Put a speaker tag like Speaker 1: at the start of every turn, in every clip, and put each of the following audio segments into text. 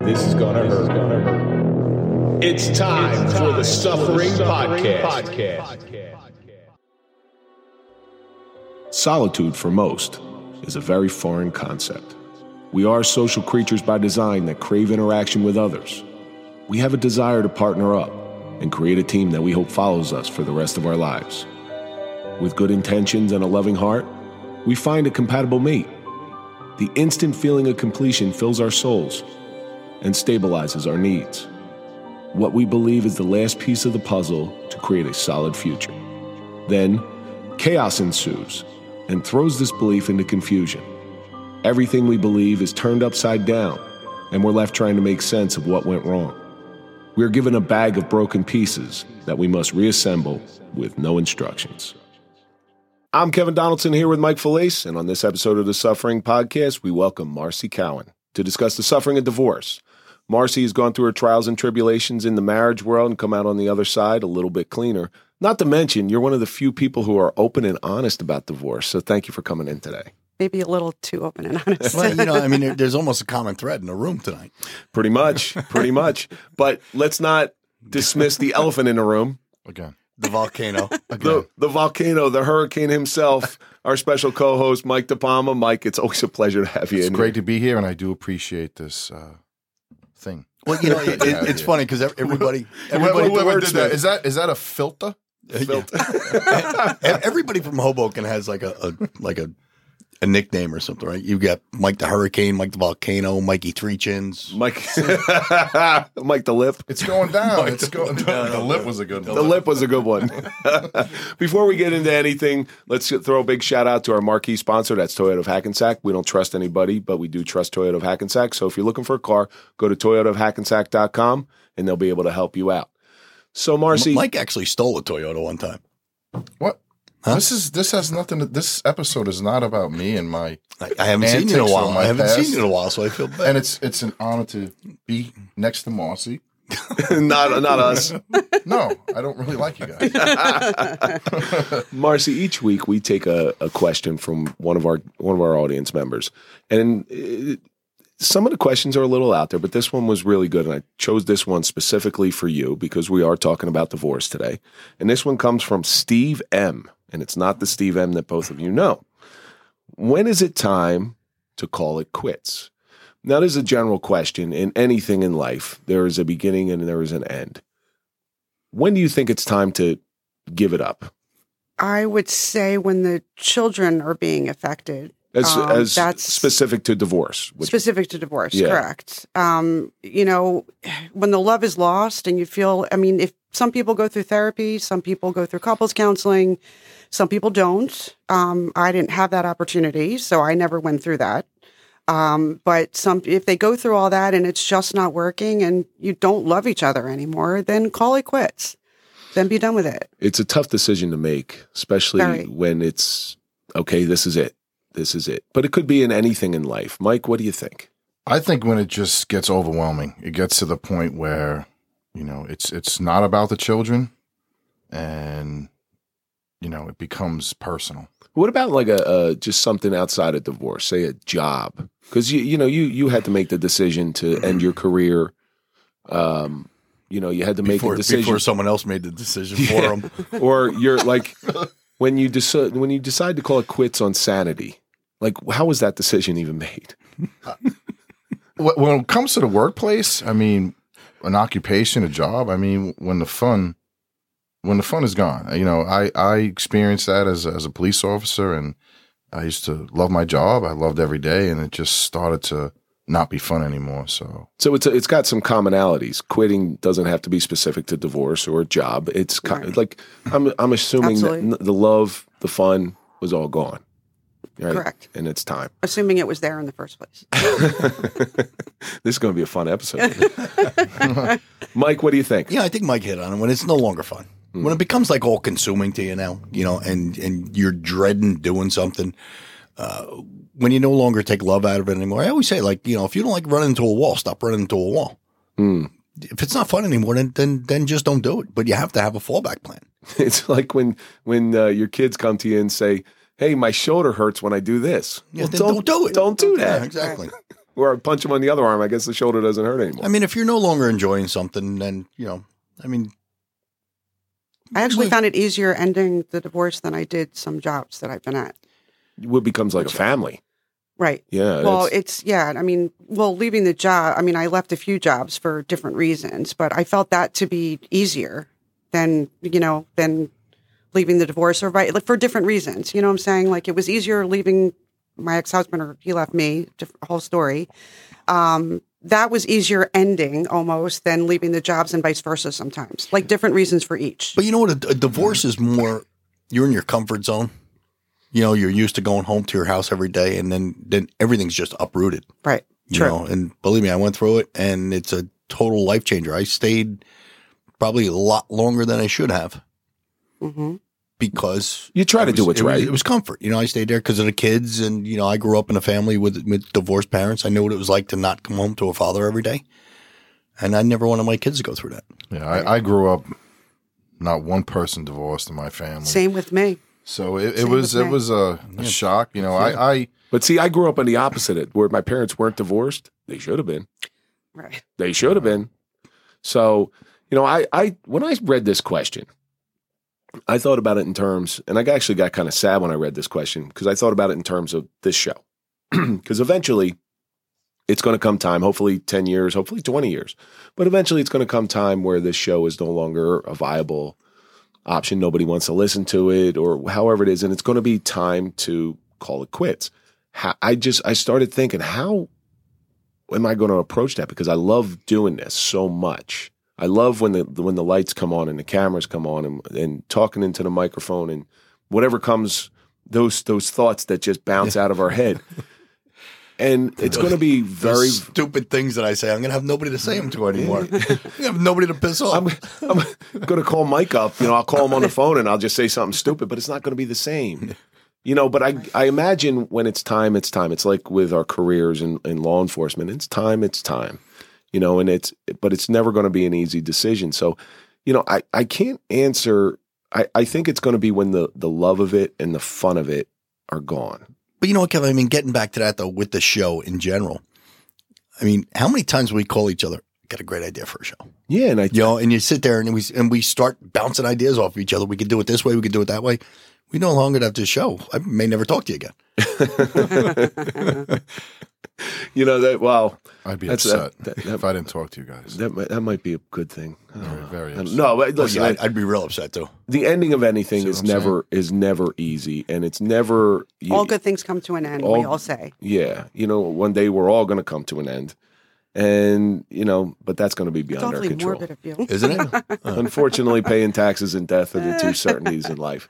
Speaker 1: This is gonna hurt. It's time, for the Suffering, Podcast.
Speaker 2: Solitude for most is a very foreign concept. We are social creatures by design that crave interaction with others. We have a desire to partner up and create a team that we hope follows us for the rest of our lives. With good intentions and a loving heart, we find a compatible mate. The instant feeling of completion fills our souls and stabilizes our needs. What we believe is the last piece of the puzzle to create a solid future. Then, chaos ensues and throws this belief into confusion. Everything we believe is turned upside down, and we're left trying to make sense of what went wrong. We are given a bag of broken pieces that we must reassemble with no instructions. I'm Kevin Donaldson here with Mike Felice, and on this episode of the Suffering Podcast, we welcome Marcy Cowan to discuss the suffering of divorce. Marcy has gone through her trials and tribulations in the marriage world and come out on the other side a little bit cleaner. Not to mention, you're one of the few people who are open and honest about divorce. So thank you for coming in today.
Speaker 3: maybe a little too open and honest.
Speaker 4: Well, you know, I mean, there- there's almost a common thread in the room tonight.
Speaker 2: Pretty much, pretty much. But let's not dismiss the elephant in the room.
Speaker 4: Again. The volcano. Again.
Speaker 2: The, the volcano, the hurricane himself, our special co host, Mike DePalma. Mike, it's always a pleasure to have you
Speaker 5: It's
Speaker 2: in
Speaker 5: great to be here, and I do appreciate this uh, thing.
Speaker 4: well, you know, it,
Speaker 5: Yeah,
Speaker 4: it, it's
Speaker 5: yeah.
Speaker 4: funny because everybody,
Speaker 5: Whoever
Speaker 4: everybody,
Speaker 5: did that, is that is that a filter?
Speaker 2: here. Built-
Speaker 4: ev- everybody from Hoboken has like a, a like a a nickname or something, right? You got Mike the Hurricane, Mike the Volcano, Mikey Three Chins.
Speaker 2: Mike, Mike the Lip.
Speaker 5: It's going down. it's going down.
Speaker 4: no,
Speaker 5: the lip
Speaker 4: no.
Speaker 5: was a good
Speaker 2: The
Speaker 5: one.
Speaker 2: lip was a good one. Before we get into anything, let's throw a big shout out to our marquee sponsor. That's Toyota of Hackensack. We don't trust anybody, but we do trust Toyota of Hackensack. So if you're looking for a car, go to toyotaofhackensack.com and they'll be able to help you out. So, Marcy,
Speaker 4: Mike actually stole a Toyota one time.
Speaker 5: What? This is this has nothing. To, this episode is not about me and my.
Speaker 4: I, I haven't seen you in a
Speaker 5: Antics
Speaker 4: while.
Speaker 5: on my
Speaker 4: I haven't
Speaker 5: past.
Speaker 4: seen you in a while, so I feel bad.
Speaker 5: And it's it's an honor to be next to Mossy.
Speaker 2: not, not us.
Speaker 5: No, I don't really like you guys.
Speaker 2: Marcy, each week we take a, a question from one of our one of our audience members, and uh, some of the questions are a little out there, but this one was really good, and I chose this one specifically for you because we are talking about divorce today, and this one comes from Steve M, and it's not the Steve M that both of you know. When is it time to call it quits? Now, this is a general question. In anything in life, there is a beginning and there is an end. When do you think it's time to give it up?
Speaker 3: I would say when the children are being affected,
Speaker 2: as
Speaker 3: Um,
Speaker 2: as
Speaker 3: that's-
Speaker 2: specific to divorce. Which,
Speaker 3: specific to divorce,
Speaker 2: Yeah.
Speaker 3: correct? Um, you know, when the love is lost and you feel, I mean, if some people go through therapy, some people go through couples counseling, some people don't. Um, I didn't have that opportunity, so I never went through that. Um, but some, if they go through all that and it's just not working and you don't love each other anymore, then call it quits. Then be done with it.
Speaker 2: it's a tough decision to make, especially
Speaker 3: Very.
Speaker 2: when it's okay. This is it. This is it. But it could be in anything in life. Mike, what do you think?
Speaker 5: I think when it just gets overwhelming, it gets to the point where, you know, it's it's not about the children and you know, it becomes personal.
Speaker 2: What about like a, a just something outside of divorce, say a job? Because you you know you you had to make the decision to end your career. Um, you know you had to make
Speaker 4: Before,
Speaker 2: a decision
Speaker 4: before someone else made the decision for
Speaker 2: Yeah.
Speaker 4: him.
Speaker 2: or you're like when you decide when you decide to call it quits on sanity. Like how was that decision even made?
Speaker 5: Wh- When it comes to the workplace, I mean, an occupation, a job, I mean, when the fun when the fun is gone. uh, You know, I I experienced that as a- as a police officer and I used to love my job. I loved every day and it just started to not be fun anymore. So
Speaker 2: So it's it's got some commonalities. Quitting doesn't have to be specific to divorce or a job. It's kind
Speaker 3: Right.
Speaker 2: like I'm I'm assuming that
Speaker 3: Absolutely.
Speaker 2: n- the love, the fun was all gone. Right?
Speaker 3: Correct.
Speaker 2: And it's time.
Speaker 3: Assuming it was there in the first place.
Speaker 2: This is going to be a fun episode. Mike, what do you think?
Speaker 4: Yeah, I think Mike hit on it when it's no longer fun. When it becomes like all consuming to you now, you know, and and you're dreading doing something. Uh, when you no longer take love out of it anymore, I always say like, you know, if you don't like running into a wall, stop running into a wall. Hmm. If it's not fun anymore, then then then just don't do it. But you have to have a fallback plan.
Speaker 2: It's like when when uh, your kids come to you and say, "Hey, my shoulder hurts when I do this." Well,
Speaker 4: Yeah, then don't do it.
Speaker 2: Don't do that.
Speaker 4: exactly.
Speaker 2: or I punch him on the other arm. I guess the shoulder doesn't hurt anymore.
Speaker 4: I mean, if you're no longer enjoying something, then you know. I mean,
Speaker 3: I actually found it easier ending the divorce than I did some jobs that I've been at.
Speaker 2: It becomes like a family.
Speaker 3: Right.
Speaker 2: Yeah.
Speaker 3: Well, it's, yeah. I mean, well, leaving the job. I mean, I left a few jobs for different reasons, but I felt that to be easier than you know than leaving the divorce or right like for different reasons. You know what I'm saying? Like it was easier leaving my ex husband or he left me. diff- Whole story. Um, that was easier ending almost than leaving the jobs and vice versa sometimes. Like different reasons for each.
Speaker 4: But you know what? A, a divorce is more. You're in your comfort zone. You know, you're used to going home to your house every day, and then then everything's just uprooted.
Speaker 3: right.
Speaker 4: You
Speaker 3: True.
Speaker 4: know, and believe me, I went through it, and it's a total life changer. I stayed probably a lot longer than I should have
Speaker 3: hmm
Speaker 4: because
Speaker 2: you try to
Speaker 4: it
Speaker 2: do
Speaker 4: was-
Speaker 2: what's
Speaker 4: it was-
Speaker 2: right.
Speaker 4: It was comfort. You know, I stayed there because of the kids, and you know, I grew up in a family with with divorced parents. I knew what it was like to not come home to a father every day, and I never wanted my kids to go through that.
Speaker 5: Yeah, I, I grew up not one person divorced in my family.
Speaker 3: Same with me.
Speaker 5: So it, it
Speaker 3: Same
Speaker 5: was
Speaker 3: with
Speaker 5: it
Speaker 3: me.
Speaker 5: was a, a shock. You know, I, I
Speaker 2: but see, I grew up on the opposite end, where my parents weren't divorced. They should have been.
Speaker 3: Right.
Speaker 2: They should have been. So, you know, I, I when I read this question, I thought about it in terms, and I actually got kind of sad when I read this question because I thought about it in terms of this show. Because eventually it's going to come time, hopefully 10 years, hopefully 20 years, but eventually it's going to come time where this show is no longer a viable option. Nobody wants to listen to it or however it is. And it's going to be time to call it quits. How, I just, I started thinking, how am I going to approach that? Because I love doing this so much. I love when the when the lights come on and the cameras come on and, and talking into the microphone and whatever comes those those thoughts that just bounce out of our head. And it's going to be very
Speaker 4: Those stupid things that I say. I'm going to have nobody to say them to anymore. I'm going to have nobody to piss off.
Speaker 2: I'm, I'm going to call Mike up. You know, I'll call him on the phone and I'll just say something stupid, but it's not going to be the same. You know, but I, I imagine when it's time, it's time. It's like with our careers in, in law enforcement, it's time, it's time. You know, and it's, but it's never going to be an easy decision. So, you know, I, I can't answer. I, I think it's going to be when the, the love of it and the fun of it are gone.
Speaker 4: But you know what, Kevin? I mean, getting back to that though, with the show in general, I mean, how many times we call each other? Got a great idea for a show,
Speaker 2: Yeah. And I,
Speaker 4: you know? And you sit there and we and we start bouncing ideas off of each other. We could do it this way. We could do it that way. We no longer have this show. I may never talk to you again.
Speaker 2: you know, that, well,
Speaker 5: I'd be
Speaker 2: That's- uh,
Speaker 5: upset
Speaker 2: that- that-
Speaker 5: if I didn't talk to you guys.
Speaker 2: that might, that might be a good thing.
Speaker 5: Very, very
Speaker 2: I don't-
Speaker 5: upset.
Speaker 2: no, but
Speaker 4: Oh,
Speaker 2: listen,
Speaker 4: yeah, I'd, I'd be real upset too.
Speaker 2: the ending of anything
Speaker 5: See what
Speaker 2: is
Speaker 5: I'm
Speaker 2: never is never easy, and it's never you-
Speaker 3: All good things come to an end. we
Speaker 2: All-
Speaker 3: all say.
Speaker 2: Yeah, you know, one day we're all going to come to an end, and you know, but that's going to be
Speaker 3: It's
Speaker 2: beyond our
Speaker 3: awfully
Speaker 2: control.
Speaker 3: morbid of you.
Speaker 4: Isn't it?
Speaker 5: Uh.
Speaker 2: Unfortunately, paying taxes and death are the two certainties in life.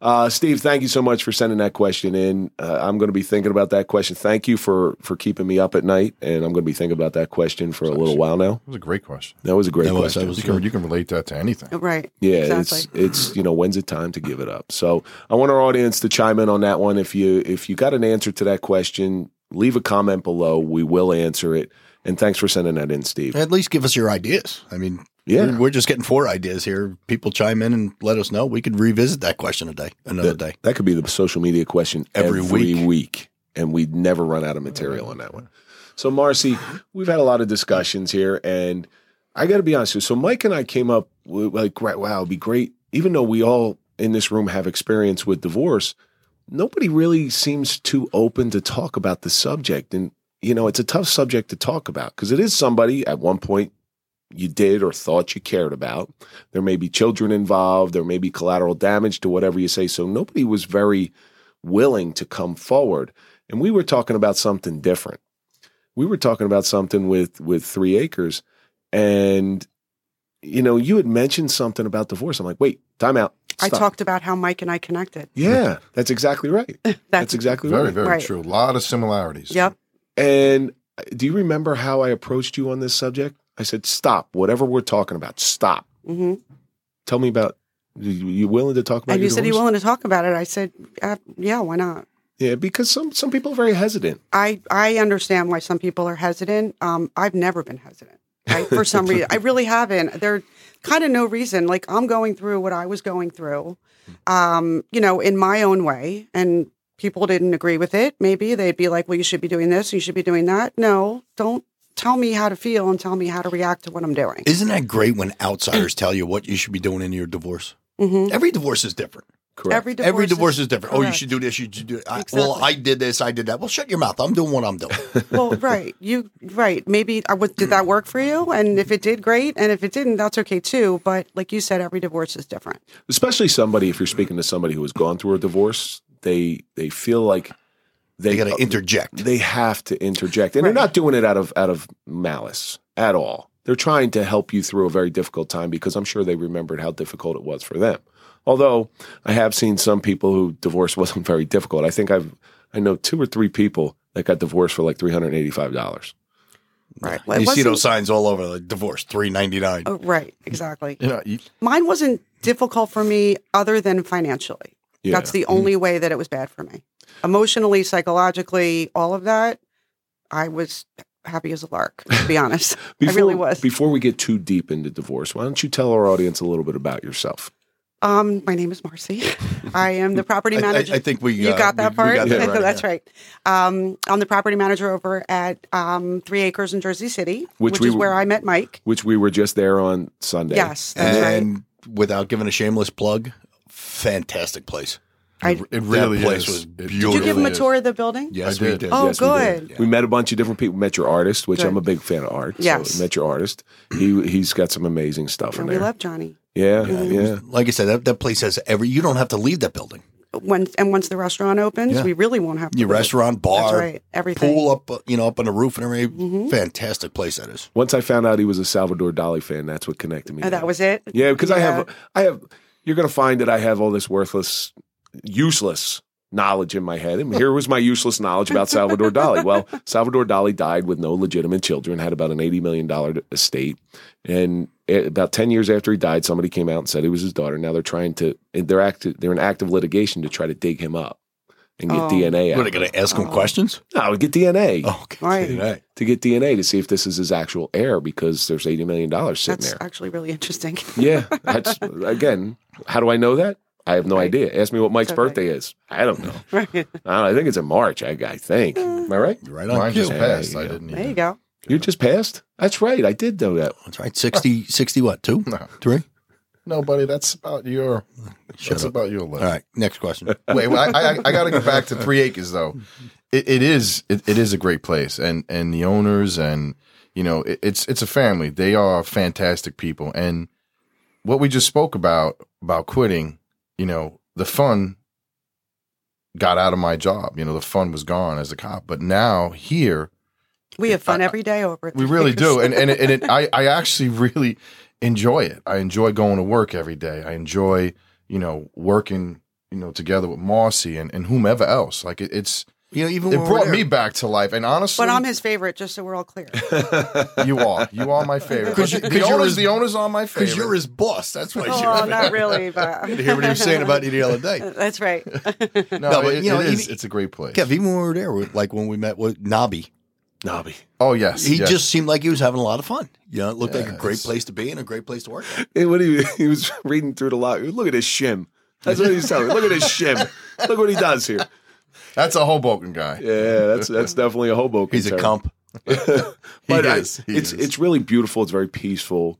Speaker 2: Uh, Steve, thank you so much for sending that question in. Uh, I'm going to be thinking about that question. Thank you for for keeping me up at night, and I'm going to be thinking about that question for a little while now.
Speaker 5: That was a great question.
Speaker 2: That was a great
Speaker 4: That was-
Speaker 2: question.
Speaker 4: that was
Speaker 5: You can you can relate that to anything.
Speaker 3: Right.
Speaker 2: Yeah,
Speaker 3: Exactly.
Speaker 2: it's it's you know when's it time to give it up? So I want our audience to chime in on that one. If you if you got an answer to that question, leave a comment below. We will answer it. And thanks for sending that in, Steve.
Speaker 4: At least give us your ideas. I mean,
Speaker 2: Yeah.
Speaker 4: we're, we're just getting four ideas here. People chime in and let us know. We could revisit that question a day, another day.
Speaker 2: That could be the social media question
Speaker 4: Every
Speaker 2: every,
Speaker 4: week.
Speaker 2: week. and we'd never run out of material on that one. So, Marcy, we've had a lot of discussions here, and I got to be honest with you. So, Mike and I came up with like, right, wow, it'd be great. Even though we all in this room have experience with divorce, nobody really seems too open to talk about the subject. And, you know, it's a tough subject to talk about because it is somebody at one point you did or thought you cared about. There may be children involved. There may be collateral damage to whatever you say. So nobody was very willing to come forward. And we were talking about something different. We were talking about something with with three acres, and you know, you had mentioned something about divorce. I'm like, wait, time out.
Speaker 3: I
Speaker 2: Stop.
Speaker 3: talked about how Mike and I connected.
Speaker 2: Yeah, that's exactly right. That's,
Speaker 3: That's,
Speaker 2: exactly
Speaker 5: Very,
Speaker 2: right.
Speaker 5: very
Speaker 3: Right.
Speaker 5: true. A lot of similarities.
Speaker 3: yep.
Speaker 2: And do you remember how I approached you on this subject? I said, stop. Whatever we're talking about, stop.
Speaker 3: hmm
Speaker 2: Tell me about. You you willing to talk about?
Speaker 3: And
Speaker 2: your
Speaker 3: you said
Speaker 2: divorce?
Speaker 3: you willing to talk about it. I said, uh, yeah, why not?
Speaker 2: Yeah, because some some people are very hesitant.
Speaker 3: I I understand why some people are hesitant. Um, I've never been hesitant. I, for some reason, I really haven't. There, kind of no reason. Like I'm going through what I was going through, um, you know, in my own way, and people didn't agree with it, maybe they'd be like, well, you should be doing this, you should be doing that. No, don't tell me how to feel and tell me how to react to what I'm doing.
Speaker 4: Isn't that great when
Speaker 3: Mm.
Speaker 4: outsiders tell you what you should be doing in your divorce?
Speaker 3: Mhm.
Speaker 4: Every divorce is different.
Speaker 2: Correct.
Speaker 3: Every divorce,
Speaker 4: Every divorce is different. Oh, you
Speaker 3: correct.
Speaker 4: should do this. You should do. I, Well,
Speaker 3: Exactly.
Speaker 4: I did this. I did that. Well, shut your mouth. I'm doing what I'm doing.
Speaker 3: well, right. You right. Maybe I would. Did that work for you? And if it did, great. And if it didn't, that's okay too. But like you said, every divorce is different.
Speaker 2: especially somebody if you're speaking to somebody who has gone through a divorce they they feel like they
Speaker 4: They got to interject.
Speaker 2: they have to interject and they're
Speaker 3: Right.
Speaker 2: not doing it out of out of malice at all they're trying to help you through a very difficult time because i'm sure they remembered how difficult it was for them although i have seen some people who divorce wasn't very difficult i think i've i know two or three people that got divorced for like $385
Speaker 3: Right.
Speaker 4: you see those signs all over, like divorce three ninety nine.
Speaker 3: Oh, right. Exactly.
Speaker 5: You know, you,
Speaker 3: Mine wasn't difficult for me, other than financially.
Speaker 2: yeah
Speaker 3: That's the only way that it was bad for me. Emotionally, psychologically, all of that. I was happy as a lark. To be honest, I really was.
Speaker 2: before we get too deep into divorce why don't you tell our audience a little bit about yourself
Speaker 3: Um, my name is Marcy. I am the property
Speaker 4: I, I,
Speaker 3: manager.
Speaker 4: I think we
Speaker 3: you
Speaker 4: uh,
Speaker 3: got that
Speaker 4: we-
Speaker 3: part.
Speaker 4: we got that right,
Speaker 3: That's
Speaker 4: yeah.
Speaker 3: right. Um, I'm the property manager over at um, Three Acres in Jersey City,
Speaker 2: Which
Speaker 3: which,
Speaker 2: we
Speaker 3: is
Speaker 2: were-
Speaker 3: where I met Mike.
Speaker 2: which we were just there on Sunday.
Speaker 3: Yes, that's right.
Speaker 4: And without giving a shameless plug, fantastic place.
Speaker 3: I-
Speaker 5: it really
Speaker 4: that place
Speaker 5: is.
Speaker 4: was
Speaker 5: It
Speaker 4: beautiful.
Speaker 3: Did you give him a
Speaker 5: is.
Speaker 3: tour of the building?
Speaker 4: Yes,
Speaker 5: I
Speaker 4: we
Speaker 5: did.
Speaker 4: did.
Speaker 3: Oh,
Speaker 2: Yes, we
Speaker 3: good.
Speaker 2: did. We met a bunch of different people. Met your artist, which
Speaker 3: Good.
Speaker 2: I'm a big fan of art.
Speaker 3: Yes.
Speaker 2: So met your artist. He he's got some amazing stuff in
Speaker 3: And we
Speaker 2: there.
Speaker 3: love Johnny.
Speaker 2: yeah, yeah.
Speaker 4: Like I said, that, that place has every. You don't have to leave that building.
Speaker 3: When and once the restaurant opens,
Speaker 4: Yeah.
Speaker 3: we really won't have to
Speaker 4: Your
Speaker 3: leave.
Speaker 4: restaurant, bar,
Speaker 3: That's right. Everything.
Speaker 4: pool up, uh, you know, up on the roof and everything.
Speaker 3: Mhm.
Speaker 4: Fantastic place that is.
Speaker 2: Once I found out he was a Salvador Dali fan, that's what connected me.
Speaker 3: Oh,
Speaker 2: to
Speaker 3: that
Speaker 2: him.
Speaker 3: was it.
Speaker 2: yeah, because I
Speaker 3: Yeah.
Speaker 2: have I have. You're gonna find that I have all this worthless, useless knowledge in my head, and here was my useless knowledge about Salvador Dali. Well, Salvador Dali died with no legitimate children, had about an eighty million dollar estate, and a- about 10 years after he died somebody came out and said it was his daughter now they're trying to eh, they're active they're in active litigation to try to dig him up and get
Speaker 3: Oh.
Speaker 2: dna out.
Speaker 4: What are they going to ask him
Speaker 3: Oh.
Speaker 4: questions?
Speaker 2: no get dna
Speaker 4: Oh, okay.
Speaker 3: Right.
Speaker 4: right.
Speaker 2: to get dna to see if this is his actual heir because there's 80 million dollars sitting
Speaker 3: That's
Speaker 2: there
Speaker 3: actually really interesting.
Speaker 2: yeah that's again how do i know that i have no
Speaker 3: Right.
Speaker 2: idea ask me what mike's
Speaker 3: It's okay.
Speaker 2: birthday is i don't know
Speaker 3: right.
Speaker 2: I, don't know. I think it's in march i, I think am i right
Speaker 4: You're right on
Speaker 5: Mine
Speaker 4: cue.
Speaker 5: just
Speaker 2: Yeah,
Speaker 5: passed.
Speaker 2: you
Speaker 5: I
Speaker 2: go.
Speaker 5: didn't
Speaker 3: There you
Speaker 5: even.
Speaker 3: go.
Speaker 2: you just passed that's right i did know that
Speaker 4: That's right. 60, 60 what? Two?
Speaker 5: No.
Speaker 4: Three?
Speaker 5: No, buddy, that's about your. that's about your
Speaker 4: All
Speaker 5: level.
Speaker 4: right. Next question.
Speaker 5: Wait, well, I, I, I got to go back to Three Acres though. It, it is it, it is a great place, and and the owners and you know it, it's it's a family. They are fantastic people, and what we just spoke about about quitting, you know, the fun got out of my job. You know, the fun was gone as a cop, but now here
Speaker 3: We have fun every day over at
Speaker 5: we
Speaker 3: Three
Speaker 5: really do,
Speaker 3: Acres.
Speaker 5: and and it, and it, I I actually really enjoy it. I enjoy going to work every day. I enjoy you know working you know together with Marcy and, and whomever else. Like it, it's
Speaker 4: You know, even
Speaker 5: it
Speaker 4: when
Speaker 5: brought
Speaker 4: we're
Speaker 5: me
Speaker 4: there-
Speaker 5: back to life. And honestly,
Speaker 3: but I'm his favorite, just so we're all clear.
Speaker 5: you are you are my favorite.
Speaker 4: 'Cause you-
Speaker 5: the
Speaker 4: 'cause you're
Speaker 5: owners
Speaker 4: his-
Speaker 5: the owners are my favorite.
Speaker 4: Because you're his boss. That's why
Speaker 3: oh,
Speaker 4: you're
Speaker 3: not really, but
Speaker 4: to hear what he was saying about you the other day.
Speaker 3: That's right.
Speaker 5: no,
Speaker 4: No, but,
Speaker 5: it-
Speaker 4: you know,
Speaker 5: it is.
Speaker 4: even-
Speaker 5: it's a great place.
Speaker 4: Kev, even when we were there, we- like when we met with Nobby,
Speaker 2: nobby
Speaker 5: oh yes,
Speaker 4: he
Speaker 5: yes.
Speaker 4: just seemed like he was having a lot of fun. Yeah, it looked like a
Speaker 5: Yes.
Speaker 4: great place to be and a great place to work. at.
Speaker 2: Hey, what he, he was reading through the lot. Look at his shim. That's what he's telling me. Look at his shim. Look what he does here.
Speaker 5: that's a Hoboken guy.
Speaker 2: Yeah, that's that's definitely a Hoboken.
Speaker 4: He's a
Speaker 2: term.
Speaker 4: comp.
Speaker 2: But
Speaker 5: He
Speaker 2: I-
Speaker 5: is. He
Speaker 2: it's
Speaker 5: is.
Speaker 2: it's really beautiful. It's very peaceful.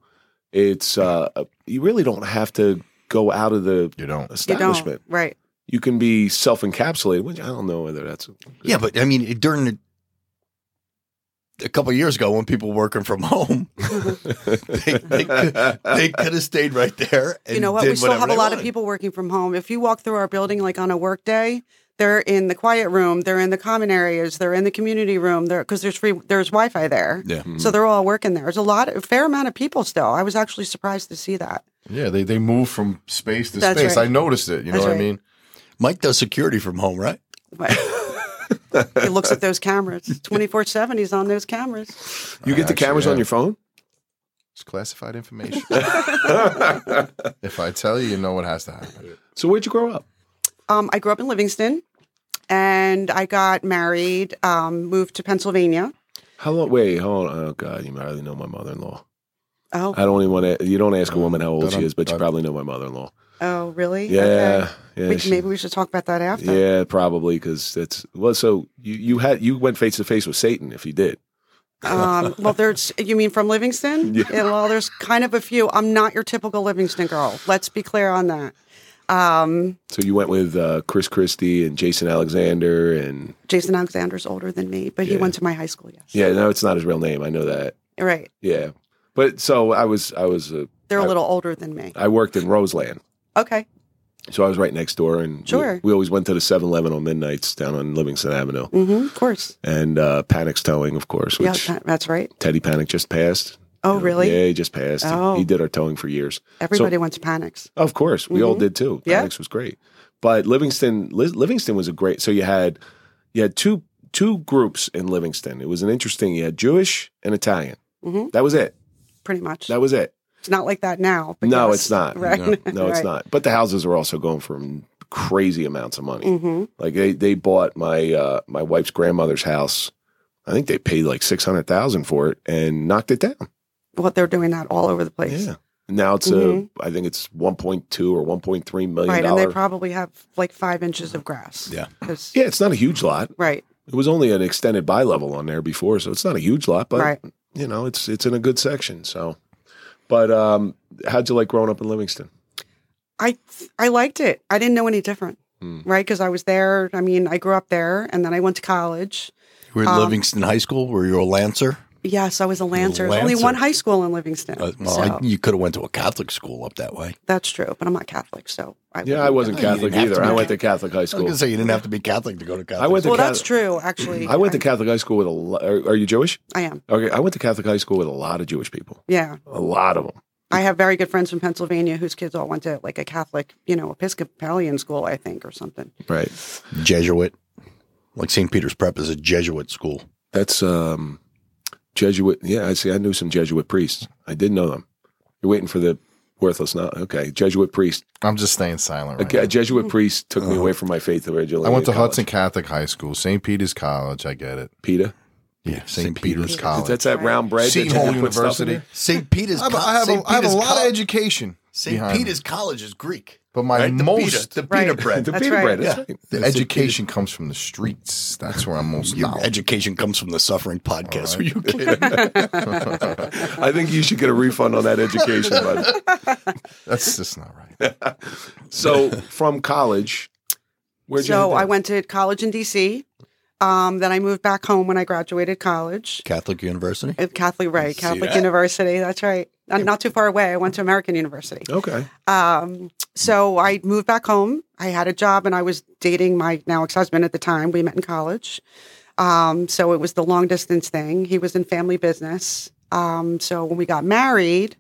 Speaker 2: It's uh, you really don't have to go out of the
Speaker 5: You don't.
Speaker 3: You
Speaker 2: establishment.
Speaker 3: don't. Right.
Speaker 2: You, can be self encapsulated, which I don't know whether that's
Speaker 4: Yeah, but I mean, during the, a couple of years ago, when people were working from home, they, they, could, they could have stayed right there. And
Speaker 3: you know what?
Speaker 4: Did
Speaker 3: We still
Speaker 4: whatever
Speaker 3: have a
Speaker 4: they
Speaker 3: lot of
Speaker 4: wanted.
Speaker 3: people working from home. If you walk through our building like on a work day, they're in the quiet room, they're in the common areas, they're in the community room, there because there's free there's Wi-Fi there.
Speaker 4: Yeah.
Speaker 3: So they're all working there. There's a lot, a fair amount of people still. I was actually surprised to see that.
Speaker 5: Yeah, they they move from space to
Speaker 3: That's
Speaker 5: space.
Speaker 3: right.
Speaker 5: I noticed it. You know
Speaker 3: That's
Speaker 5: what I
Speaker 3: right.
Speaker 5: mean?
Speaker 4: Mike does security from home, right?
Speaker 3: But he looks at those cameras. Twenty four seven he's on those cameras.
Speaker 2: you get the
Speaker 5: Actually,
Speaker 2: cameras on
Speaker 5: yeah.
Speaker 2: your phone.
Speaker 5: It's classified information. if I tell you, you know what has to happen.
Speaker 2: So where'd you grow up?
Speaker 3: Um, I grew up in Livingston and I got married, um, moved to Pennsylvania.
Speaker 2: How long? Wait, hold on. Oh God, you might really know my mother in law.
Speaker 3: Oh,
Speaker 4: Uh,
Speaker 2: I don't even want to. You don't ask a woman how old
Speaker 5: But
Speaker 2: she
Speaker 5: I'm-
Speaker 2: is, but you
Speaker 5: but-
Speaker 2: probably know my mother-in-law.
Speaker 3: oh, really?
Speaker 2: Yeah,
Speaker 3: Okay.
Speaker 2: yeah,
Speaker 3: We-
Speaker 2: she-
Speaker 3: maybe we should talk about that after.
Speaker 2: yeah, probably because that's well. So you you had you went face to face with Satan if you did.
Speaker 3: Um, well, there's, you mean from Livingston?
Speaker 2: Yeah.
Speaker 3: well, there's kind of a few. I'm not your typical Livingston girl. Let's be clear on that. Um,
Speaker 2: So you went with uh, Chris Christie and Jason Alexander and
Speaker 3: Jason Alexander's older than me, but he
Speaker 2: Yeah.
Speaker 3: went to my high school, yes.
Speaker 2: yeah. No, it's not his real name. I know that.
Speaker 3: Right.
Speaker 2: Yeah, but so I was I was uh,
Speaker 3: They're a
Speaker 2: I-
Speaker 3: little older than me.
Speaker 2: I worked in Roseland.
Speaker 3: Okay.
Speaker 2: So I was right next door, and we-
Speaker 3: Sure.
Speaker 2: we, always went to the 7-Eleven on midnights down on Livingston Avenue,
Speaker 3: Mm-hmm. Of course.
Speaker 2: and uh, Panic's towing, of course,
Speaker 3: Yeah,
Speaker 2: which
Speaker 3: that- that's right.
Speaker 2: Teddy Panic just passed.
Speaker 3: Oh,
Speaker 2: You know,
Speaker 3: really?
Speaker 2: Yeah, he just passed. He-
Speaker 3: Oh.
Speaker 2: He, did our towing for years.
Speaker 3: Everybody went to Panics.
Speaker 2: Of course, we all did too.
Speaker 3: Mm-hmm. Yeah.
Speaker 2: Panic's was great, but Livingston, Li- Livingston was a great. So you had you had two two groups in Livingston. It was an interesting. You had Jewish and Italian.
Speaker 3: Mhm.
Speaker 2: That was it.
Speaker 3: Pretty much.
Speaker 2: That was it.
Speaker 3: It's not like that now. But
Speaker 2: no,
Speaker 3: yes.
Speaker 2: it's not.
Speaker 3: Right.
Speaker 2: No, it's
Speaker 3: Right.
Speaker 2: not. But the houses are also going for crazy amounts of money.
Speaker 3: Mm-hmm.
Speaker 2: Like they they bought my uh, my wife's grandmother's house. I think they paid like six hundred thousand for it and knocked it down.
Speaker 3: Well, they're doing that all over the place.
Speaker 2: Yeah. Now it's
Speaker 3: Mhm.
Speaker 2: a I think it's one point two or one point three million
Speaker 3: Right. And
Speaker 2: dollar.
Speaker 3: they probably have like five inches of grass.
Speaker 4: Yeah.
Speaker 3: 'Cause-
Speaker 2: yeah, it's not a huge lot.
Speaker 3: Right.
Speaker 2: It was only an extended buy level on there before, so it's not a huge lot, but
Speaker 3: right.
Speaker 2: you know, it's it's in a good section. So but um how'd you like growing up in Livingston?
Speaker 3: I I liked it. I didn't know any different.
Speaker 2: Hmm.
Speaker 3: Right. Because I was there. I mean, I grew up there and then I went to college.
Speaker 4: You were at
Speaker 3: Um,
Speaker 4: Livingston High School. Were you a Lancer?
Speaker 3: Yes, I was a Lancer. There's only
Speaker 4: Lancer.
Speaker 3: one high school in Livingston.
Speaker 4: Uh, well,
Speaker 3: so
Speaker 4: I, you could have went to a Catholic school up that way.
Speaker 3: that's true. But I'm not Catholic. So I
Speaker 2: Yeah, I wasn't
Speaker 4: you didn't
Speaker 2: Catholic
Speaker 4: have to
Speaker 2: either. I
Speaker 4: be.
Speaker 2: went to Catholic high
Speaker 4: I was
Speaker 2: school.
Speaker 4: going to say you didn't have to be Catholic to go to Catholic.
Speaker 2: I went to
Speaker 3: Well,
Speaker 2: Catholic-
Speaker 3: that's true, actually.
Speaker 2: I went to Catholic high school with a lot. Are, are you Jewish?
Speaker 3: I am.
Speaker 2: Okay, I went to Catholic high school with a lot of Jewish people.
Speaker 3: Yeah.
Speaker 2: A lot of them.
Speaker 3: I have very good friends from Pennsylvania whose kids all went to like a Catholic, you know, Episcopalian school, I think, or something.
Speaker 2: Right.
Speaker 4: school. Jesuit. Like St. Peter's Prep is a Jesuit school.
Speaker 2: That's um Jesuit. Yeah, I see. I knew some Jesuit priests. I did know them. You're waiting for the worthless. Not okay. Jesuit priest.
Speaker 5: I'm just staying silent.
Speaker 2: A,
Speaker 5: Right
Speaker 2: Ca- a
Speaker 5: now.
Speaker 2: Jesuit priest took me away from my faith originally.
Speaker 5: Oh, Uh-huh. I went
Speaker 2: in
Speaker 5: to
Speaker 2: college.
Speaker 5: Hudson Catholic High School, St. Peter's College. I get it.
Speaker 2: Pita.
Speaker 5: Yeah, St.
Speaker 4: St.
Speaker 5: Peter's
Speaker 4: Peter's.
Speaker 5: College.
Speaker 2: That's that round bread. that you
Speaker 5: Seton Hall
Speaker 2: can put stuff in
Speaker 5: University.
Speaker 2: there?
Speaker 4: St. Peter's.
Speaker 5: I have, a-
Speaker 4: Co-
Speaker 5: I have,
Speaker 4: St.
Speaker 5: a, I have a
Speaker 4: Peter's
Speaker 5: lot
Speaker 4: Col-
Speaker 5: of education.
Speaker 4: St.
Speaker 5: behind me.
Speaker 4: Peter's College is Greek.
Speaker 5: But my
Speaker 4: right? The
Speaker 5: most
Speaker 4: pita, the
Speaker 3: Right.
Speaker 4: pita bread.
Speaker 2: The
Speaker 3: That's
Speaker 2: pita
Speaker 3: right.
Speaker 2: bread. That's
Speaker 4: Yeah.
Speaker 2: right.
Speaker 5: the education comes from the streets. That's where I'm most
Speaker 4: Your
Speaker 5: knowledgeable.
Speaker 4: education comes from the Suffering Podcast. Are you kidding?
Speaker 2: I think you should get a refund on that education, bud.
Speaker 5: That's just not right.
Speaker 2: So from college, where'd you?
Speaker 3: so
Speaker 2: end
Speaker 3: I
Speaker 2: up?
Speaker 3: went to college in D.C. Um, then I moved back home when I graduated college
Speaker 4: Catholic University.
Speaker 3: at Catholic, right? Catholic
Speaker 4: that?
Speaker 3: University. That's right. Not, not too far away. I went to American University.
Speaker 2: Okay.
Speaker 3: Um, so I moved back home. I had a job and I was dating my now ex husband at the time. We met in college. Um, so it was the long distance thing. He was in family business. Um, so when we got married,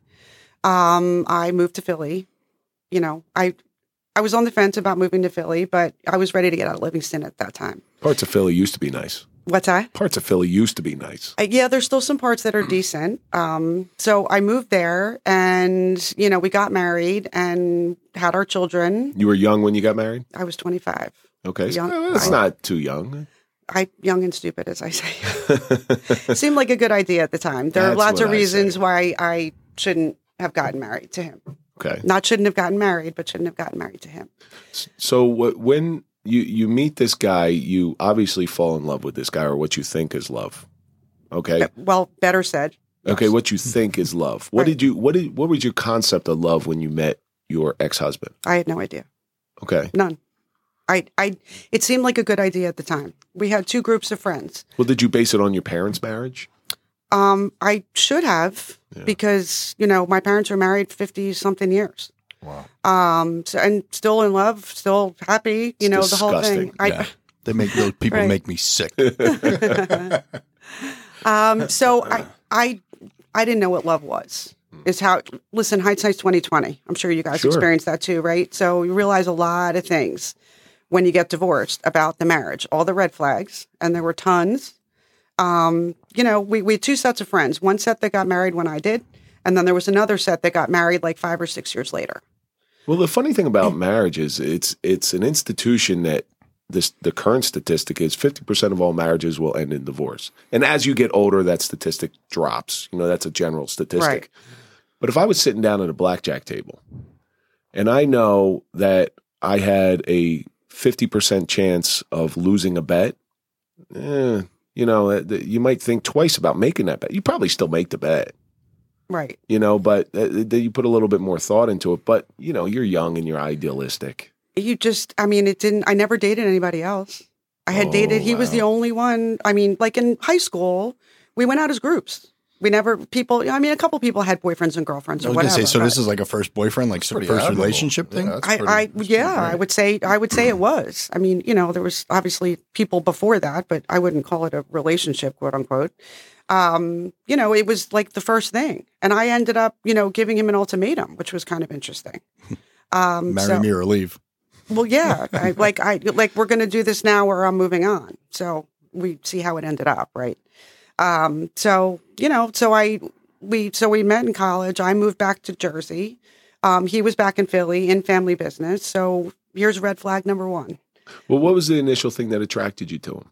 Speaker 3: um, I moved to Philly. You know, I I was on the fence about moving to Philly, but I was ready to get out of Livingston at that time.
Speaker 2: Parts of Philly used to be nice.
Speaker 3: What's that?
Speaker 2: Parts of Philly used to be nice.
Speaker 3: Uh, yeah, there's still some parts that are decent. Um, so I moved there, and you know, we got married and had our children.
Speaker 2: You were young when you got married.
Speaker 3: I was 25.
Speaker 2: Okay.
Speaker 3: Young.
Speaker 2: Well, That's
Speaker 3: I-
Speaker 2: not too young.
Speaker 3: I young and stupid, as I say, seemed like a good idea at the time. There are
Speaker 2: That's
Speaker 3: lots
Speaker 2: what
Speaker 3: of
Speaker 2: I
Speaker 3: reasons
Speaker 2: say.
Speaker 3: why I shouldn't have gotten married to him.
Speaker 2: Okay.
Speaker 3: Not shouldn't have gotten married, but shouldn't have gotten married to him.
Speaker 2: So wh- when you you meet this guy, you obviously fall in love with this guy, or what you think is love. Okay.
Speaker 3: Well, better said,
Speaker 2: Okay. What you think is love. What
Speaker 3: Right.
Speaker 2: did you? What did? What was your concept of love when you met your ex husband?
Speaker 3: I had no idea.
Speaker 2: Okay.
Speaker 3: None. I, I, it seemed like a good idea at the time. We had two groups of friends.
Speaker 2: Well, did you base it on your parents' marriage?
Speaker 3: Um, I should have
Speaker 2: Yeah.
Speaker 3: because you know my parents were married fifty something years.
Speaker 5: Wow.
Speaker 3: Um, so, and still in love, still happy. You know
Speaker 2: It's
Speaker 3: the whole thing.
Speaker 2: disgusting.
Speaker 3: I,
Speaker 4: Yeah. They make those people
Speaker 3: Right.
Speaker 4: make me sick.
Speaker 3: Um, so I, I, I didn't know what love was. Is how listen hindsight's twenty twenty. I'm sure you guys
Speaker 2: Sure.
Speaker 3: experienced that too, right? So you realize a lot of things when you get divorced about the marriage, all the red flags, and there were tons. Um, you know, we we had two sets of friends. One set that got married when I did, and then there was another set that got married like five or six years later.
Speaker 2: Well, the funny thing about marriage is it's it's an institution that this the current statistic is fifty percent of all marriages will end in divorce. And as you get older, that statistic drops. You know, that's a general statistic.
Speaker 3: Right.
Speaker 2: But if I was sitting down at a blackjack table and I know that I had a 50% chance of losing a bet, eh, you know, uh, th- you might think twice about making that bet. You probably still make the bet,
Speaker 3: Right.
Speaker 2: you know, but uh, th- you put a little bit more thought into it. But, you know, you're young and you're idealistic.
Speaker 3: You just, I mean, it didn't, I never dated anybody else. I had
Speaker 2: Oh,
Speaker 3: dated, he was
Speaker 2: wow.
Speaker 3: the only one. I mean, like in high school, we went out as groups. We never, people, I mean, a couple people had boyfriends and girlfriends
Speaker 4: I
Speaker 3: or
Speaker 4: was
Speaker 3: whatever.
Speaker 4: gonna say, so this
Speaker 3: but
Speaker 4: is like a first boyfriend, like
Speaker 5: Pretty
Speaker 4: first
Speaker 5: admirable.
Speaker 4: relationship
Speaker 5: Yeah,
Speaker 4: thing.
Speaker 5: that's
Speaker 3: I,
Speaker 5: pretty-
Speaker 3: I,
Speaker 5: that's pretty
Speaker 3: yeah, I
Speaker 5: great.
Speaker 3: would say, I would say it was. I mean, you know, there was obviously people before that, but I wouldn't call it a relationship, quote unquote. Um, you know, it was like the first thing. And I ended up, you know, giving him an ultimatum, which was kind of interesting. Um,
Speaker 4: Marry
Speaker 3: so-
Speaker 4: me or leave.
Speaker 3: Well, yeah, I, like I like we're going to do this now, or I'm moving on. So we see how it ended up, right? Um, so you know, so I we so we met in college. I moved back to Jersey. Um, he was back in Philly in family business. So here's red flag number one.
Speaker 2: Well, what was the initial thing that attracted you to him?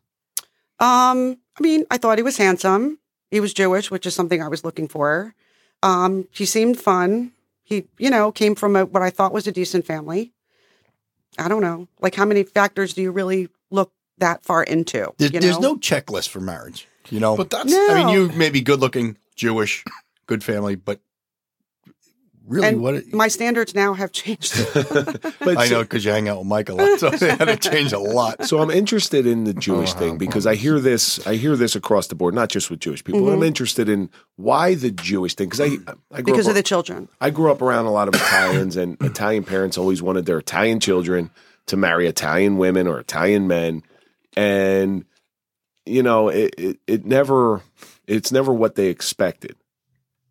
Speaker 3: Um, I mean, I thought he was handsome. He was Jewish, which is something I was looking for. Um, he seemed fun. He, you know, came from a, what I thought was a decent family. I don't know. Like, how many factors do you really look that far into?
Speaker 4: There,
Speaker 3: you
Speaker 4: there's
Speaker 3: know?
Speaker 4: no checklist for marriage, you know.
Speaker 5: But that's
Speaker 3: No.
Speaker 4: I mean, you may be good looking, Jewish, good family, but really,
Speaker 3: And
Speaker 4: what? It,
Speaker 3: My standards now have changed.
Speaker 2: But
Speaker 4: I know because you hang out with Mike a lot, so they had to change a lot.
Speaker 2: So I'm interested in the Jewish
Speaker 5: Oh,
Speaker 2: thing
Speaker 5: how
Speaker 2: because I hear this. I hear this across the board, not just with Jewish people.
Speaker 3: Mhm.
Speaker 2: I'm interested in why the Jewish thing because I I grew
Speaker 3: because
Speaker 2: up
Speaker 3: of the children.
Speaker 2: I grew up around a lot of Italians, and Italian parents always wanted their Italian children to marry Italian women or Italian men, and you know it it, it never it's never what they expected.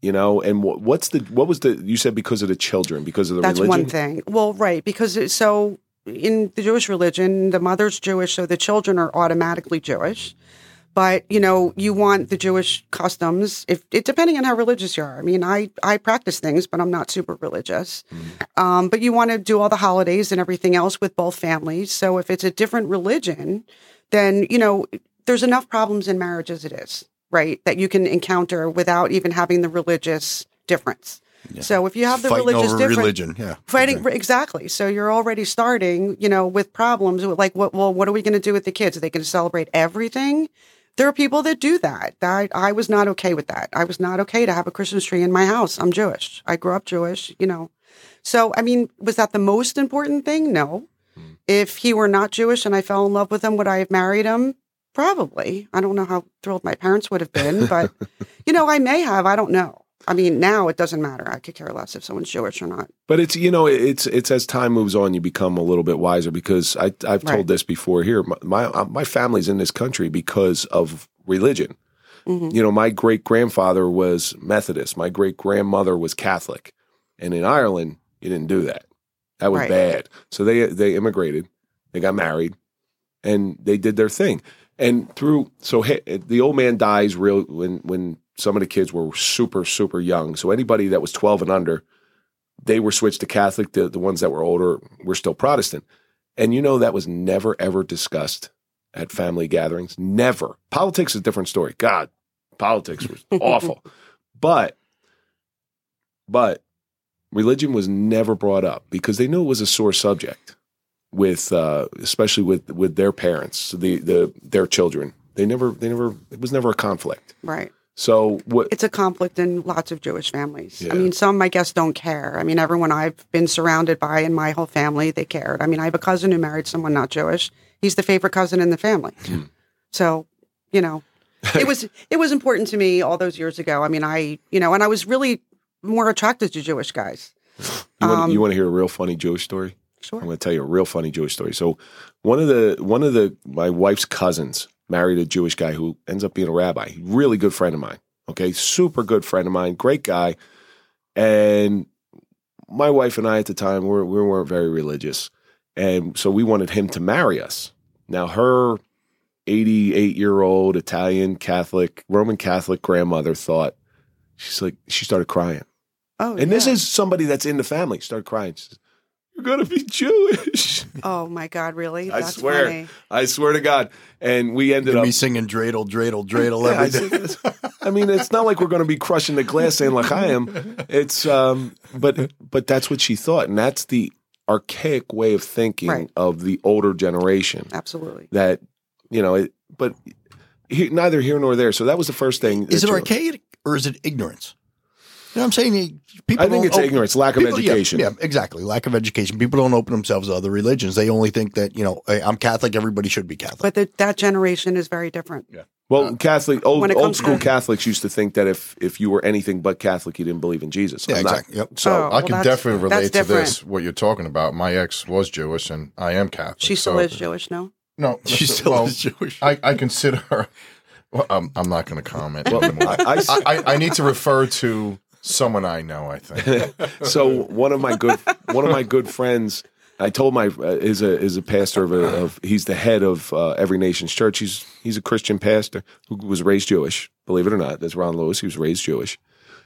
Speaker 2: You know, and what, what's the what was the you said because of the children because of the
Speaker 3: That's
Speaker 2: religion?
Speaker 3: one thing. Well, right, because it, so in the Jewish religion, the mother's Jewish, so the children are automatically Jewish. But you know, you want the Jewish customs. If it depending on how religious you are. I mean, I I practice things, but I'm not super religious.
Speaker 2: Mm-hmm.
Speaker 3: Um, but you want to do all the holidays and everything else with both families. So if it's a different religion, then you know there's enough problems in marriage as it is, right? That you can encounter without even having the religious difference. So if you have the
Speaker 4: Fighting
Speaker 3: religious
Speaker 4: over
Speaker 3: difference,
Speaker 4: religion, yeah.
Speaker 3: Fighting exactly. So you're already starting, you know, with problems. with, Like, what? Well, what are we going to do with the kids? Are they going to celebrate everything? There are people that do that. That I was not okay with that. I was not okay to have a Christmas tree in my house. I'm Jewish. I grew up Jewish. You know, so I mean, was that the most important thing? No. If he were not Jewish and I fell in love with him, would I have married him? Probably. I don't know how thrilled my parents would have been, but you know, I may have. I don't know. I mean, now it doesn't matter. I could care less if someone's Jewish or not.
Speaker 2: But it's you know it's it's as time moves on you become a little bit wiser because I I've told
Speaker 3: Right.
Speaker 2: this before here my my, uh, my family's in this country because of religion.
Speaker 3: Mm-hmm.
Speaker 2: You know my great grandfather was Methodist, my great grandmother was Catholic, and in Ireland you didn't do that. That was
Speaker 3: Right.
Speaker 2: bad. So they they immigrated, they got married, and they did their thing. And through so he, the old man dies real when when some of the kids were super super young. So anybody that was twelve and under they were switched to Catholic. The, the ones that were older were still Protestant. And you know, that was never, ever discussed at family gatherings. Never. Politics is a different story. God, politics was awful. But, but religion was never brought up because they knew it was a sore subject with, uh, especially with, with their parents, the, the, their children. They never, they never, it was never a conflict.
Speaker 3: Right.
Speaker 2: So what,
Speaker 3: It's a conflict in lots of Jewish families.
Speaker 2: Yeah.
Speaker 3: I mean, some I guess don't care. I mean, everyone I've been surrounded by in my whole family, they cared. I mean, I have a cousin who married someone not Jewish. He's the favorite cousin in the family. So, you know, it was it was important to me all those years ago. I mean, I, you know, and I was really more attracted to Jewish guys.
Speaker 2: you want,
Speaker 3: Um,
Speaker 2: you want to hear a real funny Jewish story?
Speaker 3: Sure.
Speaker 2: I'm going to tell you a real funny Jewish story. So, one of the one of the my wife's cousins married a Jewish guy who ends up being a rabbi. Really good friend of mine. Okay, super good friend of mine. Great guy. And my wife and I at the time were we weren't very religious, and so we wanted him to marry us. Now her. 88 year old Italian Catholic, Roman Catholic grandmother thought, she's like, she started crying.
Speaker 3: Oh,
Speaker 2: And this
Speaker 3: yeah.
Speaker 2: is somebody that's in the family. Started crying. She says, You're gonna be Jewish.
Speaker 3: Oh my God, really?
Speaker 2: I swear. I swear to God. And we ended
Speaker 4: Gonna
Speaker 2: up
Speaker 4: be singing dreidel, dreidel, dreidel
Speaker 2: Yeah, I
Speaker 4: every day.
Speaker 2: said this. I mean, it's not like we're going to be crushing the glass saying "L'chaim." It's, um, but but that's what she thought, and that's the archaic way of thinking
Speaker 3: Right.
Speaker 2: of the older generation.
Speaker 3: Absolutely.
Speaker 2: That you know, it, but he, neither here nor there. So that was the first thing.
Speaker 4: Is
Speaker 2: that
Speaker 4: it
Speaker 2: you-
Speaker 4: archaic or is it ignorance? You know what I'm saying? You- People
Speaker 2: I think
Speaker 4: don't
Speaker 2: it's
Speaker 4: op-
Speaker 2: ignorance, lack of
Speaker 4: people- yeah,
Speaker 2: education.
Speaker 4: Yeah, exactly. Lack of education. People don't open themselves to other religions. They only think that, you know, "Hey, I'm Catholic, everybody should be Catholic.
Speaker 3: But the, that generation is very different.
Speaker 2: Well, Catholic old
Speaker 3: Uh, when it
Speaker 2: old
Speaker 3: comes
Speaker 2: school
Speaker 3: to-
Speaker 2: Catholics used to think that if if you were anything but Catholic, you didn't believe in Jesus.
Speaker 4: yeah,
Speaker 2: I'm not-
Speaker 4: exactly. Yep.
Speaker 2: So
Speaker 3: Oh,
Speaker 5: I
Speaker 3: well,
Speaker 5: can
Speaker 3: that's-
Speaker 5: definitely
Speaker 3: that's
Speaker 5: relate to
Speaker 3: different.
Speaker 5: this. What you're talking about. My ex was Jewish, and I am Catholic.
Speaker 3: She still
Speaker 5: so-
Speaker 3: is Jewish, no?
Speaker 5: No,
Speaker 4: She
Speaker 5: so-
Speaker 4: still
Speaker 5: well,
Speaker 4: is Jewish.
Speaker 5: I, I consider her. Well, I'm, I'm not going to comment. anymore.
Speaker 2: I-
Speaker 5: I,
Speaker 2: I-
Speaker 5: I, I need to refer to someone I know. I think.
Speaker 2: so one of my good one of my good friends I told my uh, is a is a pastor of a of he's the head of uh, Every Nation's Church. He's he's a Christian pastor who was raised Jewish. Believe it or not, that's Ron Lewis. He was raised Jewish,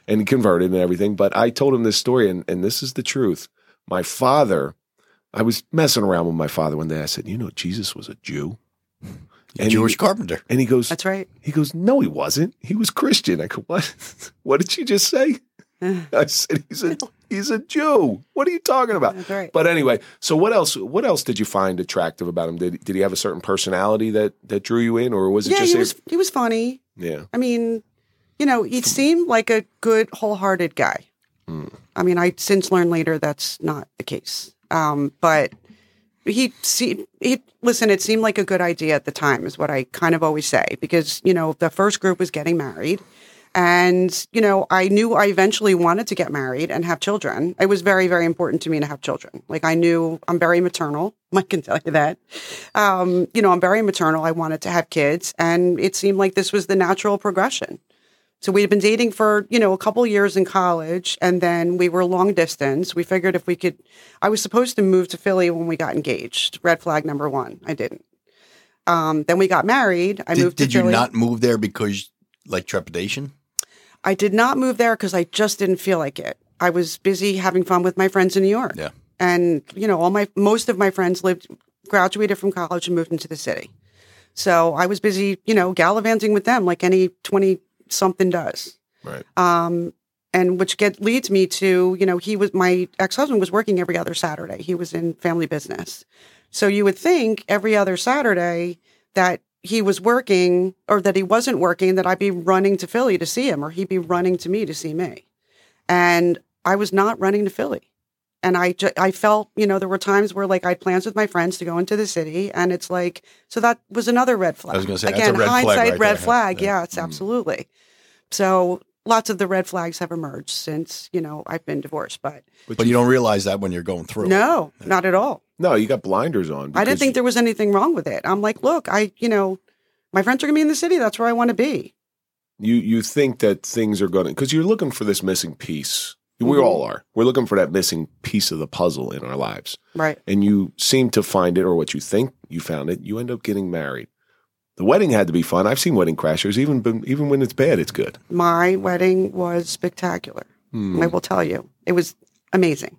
Speaker 2: and he converted and everything. But I told him this story, and and this is the truth. My father, I was messing around with my father one day. I said, you know, Jesus was a Jew, and
Speaker 4: Jewish
Speaker 2: He,
Speaker 4: carpenter.
Speaker 2: and he goes,
Speaker 3: That's right.
Speaker 2: he goes, No, he wasn't. He was Christian. I go, What? What did she just say? I said, He's a he's a Jew. What are you talking about?
Speaker 3: That's right.
Speaker 2: But anyway, so what else what else did you find attractive about him? Did did he have a certain personality that that drew you in or was it
Speaker 3: Yeah,
Speaker 2: just
Speaker 3: he
Speaker 2: a-
Speaker 3: was, he was funny.
Speaker 2: Yeah.
Speaker 3: I mean, you know, he seemed like a good, wholehearted guy.
Speaker 2: Hmm.
Speaker 3: I mean, I since learned later that's not the case. Um, but he see he listen. It seemed like a good idea at the time, is what I kind of always say because you know the first group was getting married, and you know I knew I eventually wanted to get married and have children. It was very very important to me to have children. Like I knew I'm very maternal. I can tell you that. Um, you know I'm very maternal. I wanted to have kids, and it seemed like this was the natural progression. So we had been dating for, you know, a couple years in college and then we were long distance. We figured if we could I was supposed to move to Philly when we got engaged. Red flag number 1. I didn't. Um, then we got married. I
Speaker 4: Did,
Speaker 3: moved to
Speaker 4: did you
Speaker 3: Philly.
Speaker 4: not move there because, like, trepidation?
Speaker 3: I did not move there cuz I just didn't feel like it. I was busy having fun with my friends in New York.
Speaker 4: Yeah.
Speaker 3: And, you know, all my most of my friends lived graduated from college and moved into the city. So I was busy, you know, gallivanting with them like any 20 something does.
Speaker 2: Right.
Speaker 3: Um, and which get, leads me to, you know, he was, my ex husband was working every other Saturday. He was in family business. So you would think every other Saturday that he was working or that he wasn't working, that I'd be running to Philly to see him or he'd be running to me to see me. And I was not running to Philly. And I, ju- I felt, you know, there were times where like I had plans with my friends to go into the city. And it's like, so that was another red flag.
Speaker 4: I was gonna say, that's a
Speaker 3: Again,
Speaker 4: red flag
Speaker 3: hindsight,
Speaker 4: right
Speaker 3: red
Speaker 4: there.
Speaker 3: flag.
Speaker 4: Yeah. Mm-hmm.
Speaker 3: Yes, absolutely. So lots of the red flags have emerged since, you know, I've been divorced, but
Speaker 4: But you don't realize that when you're going through. it.
Speaker 3: no, not at all.
Speaker 2: No, you got blinders on.
Speaker 3: I
Speaker 2: because
Speaker 3: didn't think there was anything wrong with it. I'm like, look, I, you know, my friends are gonna be in the city. That's where I want to be.
Speaker 2: you you think that things are going to because you're looking for this missing piece. We
Speaker 3: Mhm.
Speaker 2: all are. We're looking for that missing piece of the puzzle in our lives.
Speaker 3: Right.
Speaker 2: and you seem to find it or what you think you found it, you end up getting married. The wedding had to be fun. I've seen wedding crashers. Even been, even when it's bad, it's good.
Speaker 3: My wedding was spectacular.
Speaker 2: Hmm.
Speaker 3: I will tell you, it was amazing.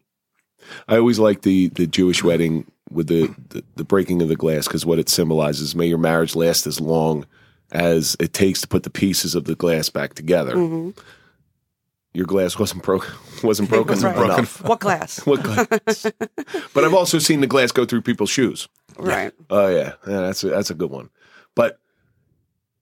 Speaker 2: I always like the the Jewish wedding with the the, the breaking of the glass because what it symbolizes. May your marriage last as long as it takes to put the pieces of the glass back together.
Speaker 3: hmm
Speaker 2: Your glass wasn't broken. Wasn't broken.
Speaker 3: Wasn't
Speaker 2: enough.
Speaker 3: What class?
Speaker 2: What glass? but I've also seen the glass go through people's shoes.
Speaker 3: right.
Speaker 2: Oh yeah, yeah that's a, that's a good one. But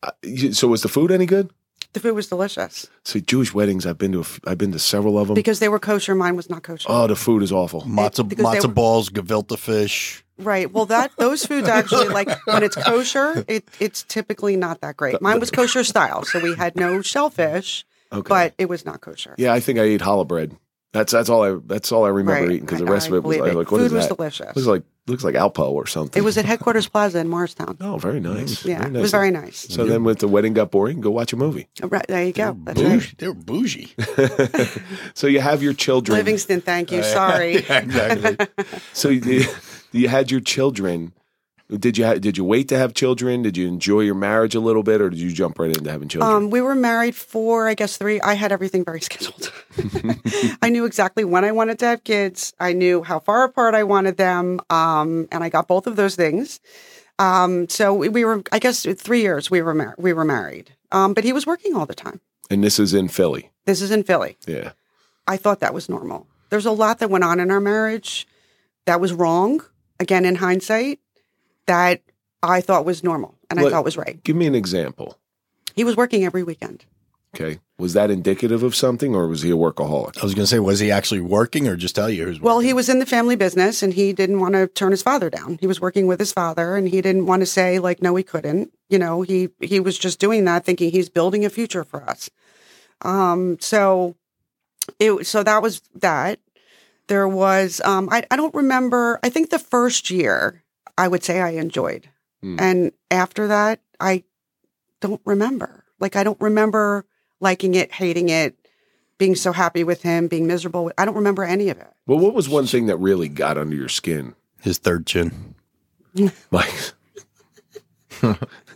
Speaker 2: uh, you- so was the food any good?
Speaker 3: The food was delicious
Speaker 2: See, Jewish weddings, I've been to. A f- I've been to several of them.
Speaker 3: because Mm. they were kosher. Mine was not kosher.
Speaker 2: oh, the food is awful.
Speaker 4: Matzo,
Speaker 3: Because they
Speaker 4: matzo
Speaker 3: were-
Speaker 4: balls, gefilte fish.
Speaker 3: Right. Well, that those foods actually, like when it's kosher, it it's typically not that great. Mine was kosher style, so we had no shellfish,
Speaker 2: Okay.
Speaker 3: but it was not kosher.
Speaker 2: yeah, I think I ate challah bread. That's that's all I that's all I remember
Speaker 3: Right.
Speaker 2: eating because the
Speaker 3: I-
Speaker 2: rest
Speaker 3: I
Speaker 2: of it was
Speaker 3: believe
Speaker 2: like
Speaker 3: it.
Speaker 2: what is
Speaker 3: Food was
Speaker 2: that?
Speaker 3: delicious.
Speaker 2: Looks like looks like Alpo or something.
Speaker 3: It was at Headquarters Plaza in Morristown.
Speaker 2: oh, very nice.
Speaker 3: Yeah,
Speaker 2: very
Speaker 3: it was
Speaker 2: nice.
Speaker 3: very nice. Oh,
Speaker 2: So then, when the wedding got boring, go watch a movie.
Speaker 3: Right, there you go. That's right.
Speaker 4: Bougie. They were bougie.
Speaker 2: So you have your children.
Speaker 3: Livingston, thank you. Sorry.
Speaker 4: yeah, exactly.
Speaker 2: So you, you had your children Did you ha- did you wait to have children? Did you enjoy your marriage a little bit, or did you jump right into having children?
Speaker 3: Um, we were married for, I guess, three. I had everything very scheduled. I knew exactly when I wanted to have kids. I knew how far apart I wanted them, um, and I got both of those things. Um, so we, we were, I guess, three years we were mar- we were married. Um, but he was working all the time.
Speaker 2: and this is in Philly.
Speaker 3: This is in Philly.
Speaker 2: Yeah.
Speaker 3: I thought that was normal. There's a lot that went on in our marriage that was wrong. Again, in hindsight, that I thought was normal and I
Speaker 2: What-
Speaker 3: thought was right.
Speaker 2: Give me an example.
Speaker 3: He was working every weekend.
Speaker 2: Okay. Was that indicative of something, or was he a workaholic?
Speaker 4: I was going to say, was he actually working or just tell you who's
Speaker 3: Well,
Speaker 4: working?
Speaker 3: he was in the family business and he didn't want to turn his father down. He was working with his father and he didn't want to say like no he couldn't. You know, he he was just doing that thinking he's building a future for us. Um so it so that was that. There was um I I don't remember. I think the first year I would say I enjoyed.
Speaker 2: Hmm.
Speaker 3: And after that I don't remember. Like I don't remember liking it, hating it, being so happy with him, being miserable. with- I don't remember any of it.
Speaker 2: Well, what was one thing that really got under your skin,
Speaker 4: his third chin.
Speaker 2: Mike?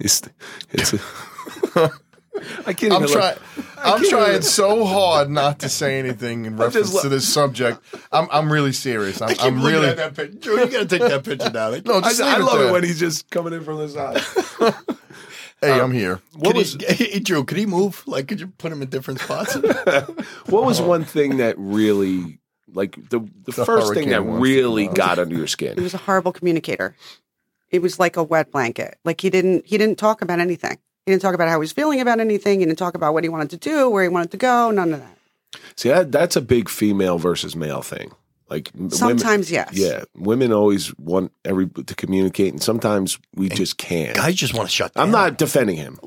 Speaker 2: it's, it's a, I can't.
Speaker 5: I'm
Speaker 2: even
Speaker 5: trying.
Speaker 2: look.
Speaker 5: I'm
Speaker 2: can't
Speaker 5: trying
Speaker 2: even-
Speaker 5: so hard not to say anything in reference
Speaker 2: lo-
Speaker 5: to this subject. I'm, I'm really serious. I'm, I'm really.
Speaker 4: that picture. Drew, you got to take that picture down.
Speaker 5: No,
Speaker 2: I,
Speaker 5: just
Speaker 2: I
Speaker 5: leave
Speaker 2: love
Speaker 5: there.
Speaker 2: it when he's just coming in from the side.
Speaker 4: Um,
Speaker 5: Hey, I'm here.
Speaker 2: What
Speaker 4: Could
Speaker 2: was
Speaker 4: he, Drew, could he move? Like, could you put him in different spots?
Speaker 2: What was one thing that really, like the the, first thing
Speaker 5: hurricane
Speaker 2: that
Speaker 5: one.
Speaker 2: really got under your
Speaker 3: He
Speaker 2: skin?
Speaker 3: was a horrible communicator. It was like a wet blanket. Like he didn't he didn't talk about anything. He didn't talk about how he was feeling about anything. He didn't talk about what he wanted to do, where he wanted to go, none of that.
Speaker 2: See, that, that's a big female versus male thing. Like m- women,
Speaker 3: Sometimes yes.
Speaker 2: yeah, women always want every to communicate, and sometimes we just can't.
Speaker 4: Guys just want to shut down.
Speaker 2: I'm not defending him.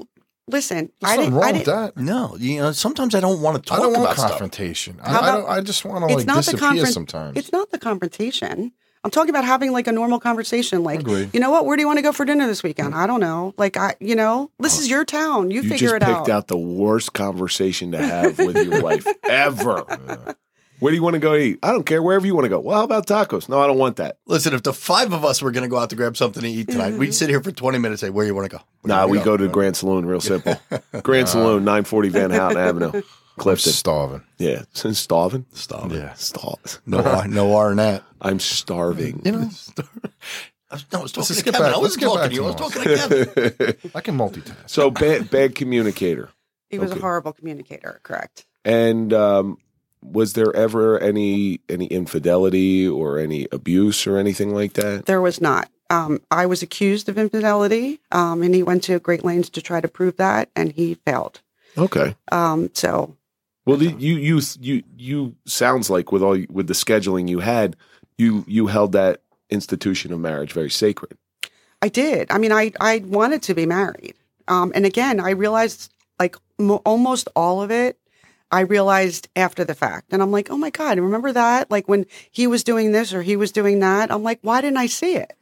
Speaker 3: Listen,
Speaker 5: There's
Speaker 3: I
Speaker 5: nothing
Speaker 3: didn't,
Speaker 5: wrong
Speaker 3: I
Speaker 5: with
Speaker 3: didn't
Speaker 5: that.
Speaker 4: No, you know, sometimes I don't want to talk
Speaker 5: I don't want
Speaker 4: about stuff.
Speaker 5: confrontation. I,
Speaker 3: How
Speaker 5: I
Speaker 3: about-
Speaker 5: don't. I just want to
Speaker 3: it's
Speaker 5: like
Speaker 3: not the
Speaker 5: disappear
Speaker 3: confront-
Speaker 5: sometimes.
Speaker 3: it's not the confrontation. I'm talking about having like a normal conversation. Like,
Speaker 5: Agree.
Speaker 3: you know what? Where do you want to go for dinner this weekend? I don't know. Like, I, you know, this is your town.
Speaker 2: Mm.
Speaker 3: You,
Speaker 2: Uh, You
Speaker 3: figure
Speaker 2: just
Speaker 3: it
Speaker 2: picked
Speaker 3: out.
Speaker 2: out. the worst conversation to have with your wife ever. Where do you want to go eat? I don't care. Wherever you want to go. Well, how about tacos? No, I don't want that.
Speaker 4: Listen, if the five of us were going to go out to grab something to eat tonight, we'd sit here for 20 minutes and say, where you want to go? Where
Speaker 2: Nah,
Speaker 4: you wanna
Speaker 2: we go to Grand Saloon. Real simple. Grand Saloon, nine forty Van Houten Avenue, Clifton.
Speaker 5: starving.
Speaker 2: Yeah, since starving.
Speaker 4: Stop.
Speaker 5: Yeah.
Speaker 2: Starving.
Speaker 4: No R, no R in that.
Speaker 2: I'm starving.
Speaker 4: You know? I was, no, I was talking
Speaker 5: Let's
Speaker 4: to
Speaker 5: get
Speaker 4: Kevin.
Speaker 5: back-
Speaker 4: I
Speaker 5: let's
Speaker 4: wasn't
Speaker 5: get
Speaker 4: talking
Speaker 5: back
Speaker 4: to you. I was
Speaker 5: to
Speaker 4: talking to Kevin.
Speaker 5: I can multitask.
Speaker 2: So bad, bad communicator.
Speaker 3: he was
Speaker 2: Okay.
Speaker 3: a horrible communicator. Correct.
Speaker 2: And um, was there ever any any infidelity or any abuse or anything like that?
Speaker 3: There was not. Um, I was accused of infidelity, um, and he went to great lengths to try to prove that, and he failed.
Speaker 2: Okay.
Speaker 3: Um, so
Speaker 2: Well, the, you you you you sounds like with all with the scheduling you had, you you held that institution of marriage very sacred.
Speaker 3: I did. I mean, I I wanted to be married, um, and again, I realized like mo- almost all of it. I realized after the fact, and I'm like, oh my god, remember that? Like when he was doing this or he was doing that. I'm like, why didn't I see it?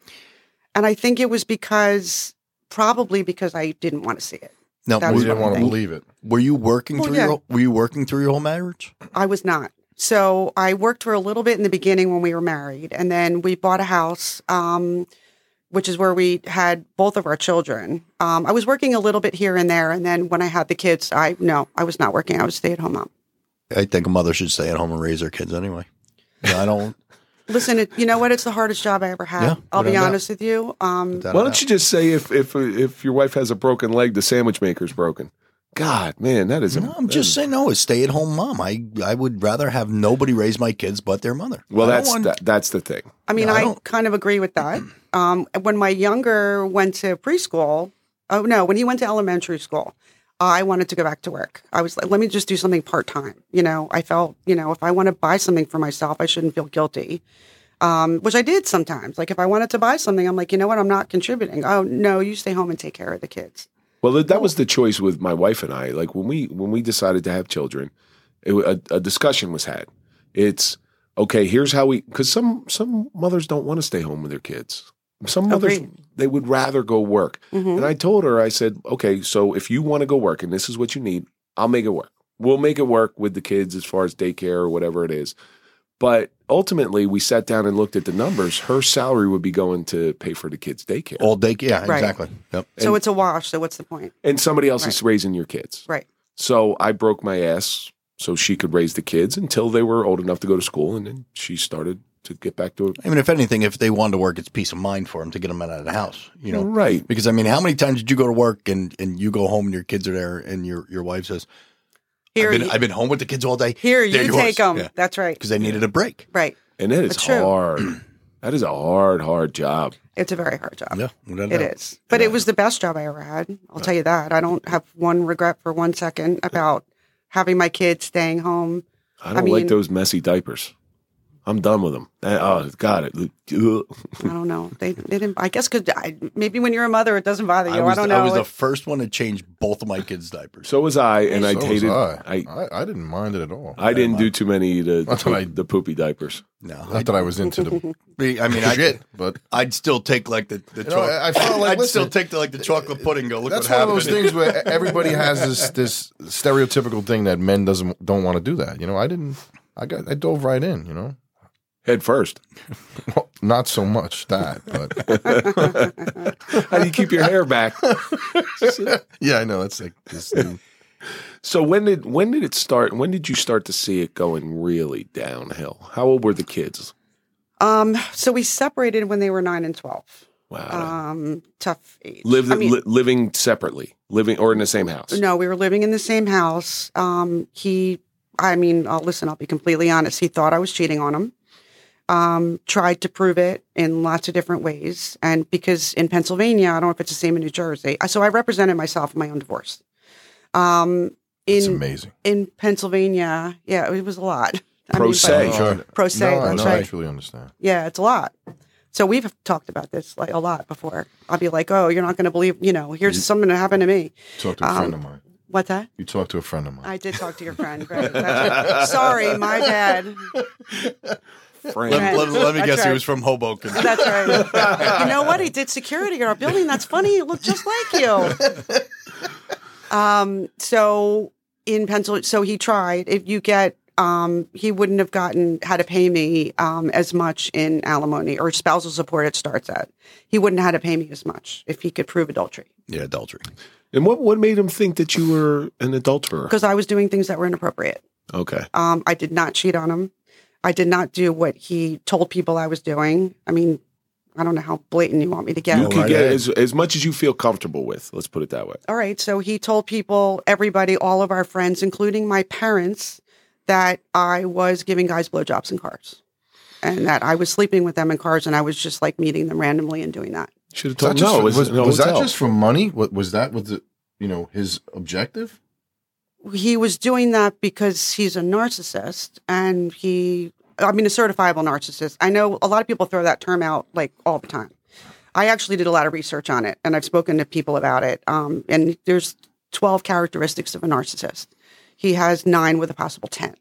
Speaker 3: And I think it was because probably because I didn't want to see it.
Speaker 4: No,
Speaker 3: That
Speaker 5: We
Speaker 3: was
Speaker 5: didn't
Speaker 3: one
Speaker 5: want to
Speaker 3: thing.
Speaker 5: believe it.
Speaker 4: Were you working
Speaker 3: Well,
Speaker 4: through
Speaker 3: yeah.
Speaker 4: your were you working through your whole marriage?
Speaker 3: I was not. So I worked for a little bit in the beginning when we were married, and then we bought a house, um, which is where we had both of our children. Um, I was working a little bit here and there, and then when I had the kids, I no, I was not working. I was stay at home mom.
Speaker 4: I think a mother should stay at home and raise her kids anyway. No, I don't.
Speaker 3: Listen, it, you know what? It's the hardest job I ever had.
Speaker 4: Yeah,
Speaker 3: I'll be
Speaker 4: without a doubt.
Speaker 3: honest with you. Um,
Speaker 4: without a
Speaker 2: Why
Speaker 4: doubt.
Speaker 2: don't you just say if if if your wife has a broken leg, the sandwich maker's broken. God, man, that is. a-
Speaker 4: No, I'm
Speaker 2: that
Speaker 4: just
Speaker 2: is-
Speaker 4: saying, no, a stay at home mom. I, I would rather have nobody raise my kids but their mother.
Speaker 2: uh, Well,
Speaker 4: I don't
Speaker 2: that's
Speaker 4: want-
Speaker 2: that, that's the thing.
Speaker 3: I mean,
Speaker 4: No, I
Speaker 3: I,
Speaker 4: don't-
Speaker 3: kind of agree with that. Um, when my younger went to preschool, oh no, when he went to elementary school, I wanted to go back to work. I was like, let me just do something part time. You know, I felt, you know, if I want to buy something for myself, I shouldn't feel guilty. Um, which I did sometimes. Like if I wanted to buy something, I'm like, you know what, I'm not contributing. Oh no, you stay home and take care of the kids.
Speaker 2: Well, that, that was the choice with my wife and I. Like when we when we decided to have children, it, wa- a, a discussion was had. It's okay. Here's how we because some some mothers don't want to stay home with their kids. Some mothers
Speaker 3: Agreed.
Speaker 2: they would rather go work.
Speaker 3: Mhm.
Speaker 2: And I told her, I said, okay, so if you want to go work and this is what you need, I'll make it work. We'll make it work with the kids as far as daycare or whatever it is. But ultimately, we sat down and looked at the numbers. Her salary would be going to pay for the kids' daycare,
Speaker 4: All day. Yeah,
Speaker 3: Right.
Speaker 4: exactly. Yep.
Speaker 3: So it's a wash. So what's the point?
Speaker 2: and somebody else is raising your kids.
Speaker 3: Right.
Speaker 2: So I broke my ass so she could raise the kids until they were old enough to go to school, and then she started to get back to it.
Speaker 4: I mean, if anything, if they wanted to work, it's peace of mind for them to get them out of the house. You
Speaker 3: Mm-hmm.
Speaker 4: know,
Speaker 2: Right.
Speaker 4: Because I mean, how many times did you go to work and, and you go home and your kids are there and your, your wife says,
Speaker 3: Here,
Speaker 4: I've been,
Speaker 3: you,
Speaker 4: I've been home with the kids all day.
Speaker 3: here you take them. That's right.
Speaker 4: Because they needed a break.
Speaker 3: Right.
Speaker 2: And that is
Speaker 3: That's true.
Speaker 2: hard. that is a hard, hard job.
Speaker 3: It's a very hard job.
Speaker 4: Yeah,
Speaker 3: It is. But it was the best job I ever had. I'll tell you that. I don't have one regret for one second about having my kids staying home.
Speaker 2: I don't
Speaker 3: mean-
Speaker 2: like those messy diapers. I'm done with them. That- oh, God. It, ugh.
Speaker 3: I don't know. They, they didn't, I guess, because maybe when you're a mother, it doesn't bother
Speaker 4: I
Speaker 3: you. I,
Speaker 4: was,
Speaker 3: don't know.
Speaker 4: was the
Speaker 3: It-
Speaker 4: first one to change both of my kids' diapers.
Speaker 2: So was I, and I
Speaker 5: So was
Speaker 2: hated.
Speaker 5: I.
Speaker 2: I, I,
Speaker 5: I, I didn't mind it at all.
Speaker 2: didn't do too many of the, the,
Speaker 5: That's what I-
Speaker 2: poop- the poopy diapers.
Speaker 4: No,
Speaker 5: Not that I was into the
Speaker 4: I, I mean, I
Speaker 5: shit, but
Speaker 4: I'd still take like the, the
Speaker 5: You know, I- I felt like,
Speaker 4: I'd still
Speaker 5: listen,
Speaker 4: take the, like the chocolate pudding. and Go look
Speaker 5: that's
Speaker 4: what
Speaker 5: one of
Speaker 4: happened.
Speaker 5: those things where e-, everybody has this this stereotypical thing that men doesn't don't want to do that. You know, I didn't. I got I dove right in. You know,
Speaker 2: Head first.
Speaker 5: well, not so much that, but
Speaker 2: How do you keep your hair back?
Speaker 5: yeah, I know it's like this. Thing.
Speaker 2: So when did when did it start? When did you start to see it going really downhill? How old were the kids?
Speaker 3: um, so we separated when they were nine and 12.
Speaker 2: Wow.
Speaker 3: Um, tough age.
Speaker 2: Live,
Speaker 3: I mean,
Speaker 2: li- living separately, living or in the same house.
Speaker 3: No, we were living in the same house. Um, he, I mean, I'll, listen, I'll be completely honest. He thought I was cheating on him. Um, tried to prove it in lots of different ways. And because in Pennsylvania, I don't know if it's the same in New Jersey. So I represented myself in my own divorce. Um,
Speaker 5: It's
Speaker 3: in
Speaker 5: amazing.
Speaker 3: in Pennsylvania, yeah, it was a lot. I
Speaker 2: Pro
Speaker 3: mean,
Speaker 2: se.
Speaker 3: but-
Speaker 2: Hey,
Speaker 5: sure.
Speaker 3: Pro se,
Speaker 5: no, I,
Speaker 3: that's
Speaker 5: no, I
Speaker 3: right.
Speaker 5: truly understand.
Speaker 3: Yeah, it's a lot. So we've talked about this like a lot before. I'll be like, "Oh, you're not going to believe, you know,
Speaker 2: Mm-hmm.
Speaker 3: here's something that happened to me."
Speaker 5: Talk to a friend of mine.
Speaker 3: What's that?
Speaker 5: You talk to a friend of mine.
Speaker 3: Um, I did talk to your friend. Right. That's right. Sorry, my bad.
Speaker 2: Friend.
Speaker 4: Let, let- let me
Speaker 3: That's
Speaker 4: guess, he
Speaker 3: right.
Speaker 4: was from Hoboken.
Speaker 3: That's right. You know what? He did security at our building. That's funny. He looked just like you. Um, so in Pennsylvania, so he tried. If you get, um, he wouldn't have gotten had to pay me um, as much in alimony or spousal support. It starts at. He wouldn't have had to pay me as much if he could prove adultery
Speaker 4: yeah, adultery.
Speaker 2: And what what made him think that you were an adulterer?
Speaker 3: because I was doing things that were inappropriate.
Speaker 2: Okay.
Speaker 3: Um, I did not cheat on him. I did not do what he told people I was doing. I mean, I don't know how blatant you want me to get.
Speaker 2: You
Speaker 5: Oh,
Speaker 2: can
Speaker 5: my
Speaker 2: get
Speaker 5: God.
Speaker 2: as, as much as you feel comfortable with. Let's put it that way.
Speaker 3: All right. So he told people, everybody, all of our friends, including my parents, that I was giving guys blowjobs in cars and that I was sleeping with them in cars and I was just like meeting them randomly and doing that.
Speaker 2: Should have
Speaker 5: Was
Speaker 2: told
Speaker 5: that just
Speaker 2: no.
Speaker 5: for-
Speaker 2: it was,
Speaker 5: was,
Speaker 2: no
Speaker 5: was that
Speaker 2: hotel.
Speaker 5: just for money? What was that? Was the you know his objective?
Speaker 3: He was doing that because he's a narcissist and he, I mean, a certifiable narcissist. I know a lot of people throw that term out like all the time. I actually did a lot of research on it and I've spoken to people about it. Um, and there's 12 characteristics of a narcissist. He has nine with a possible 10.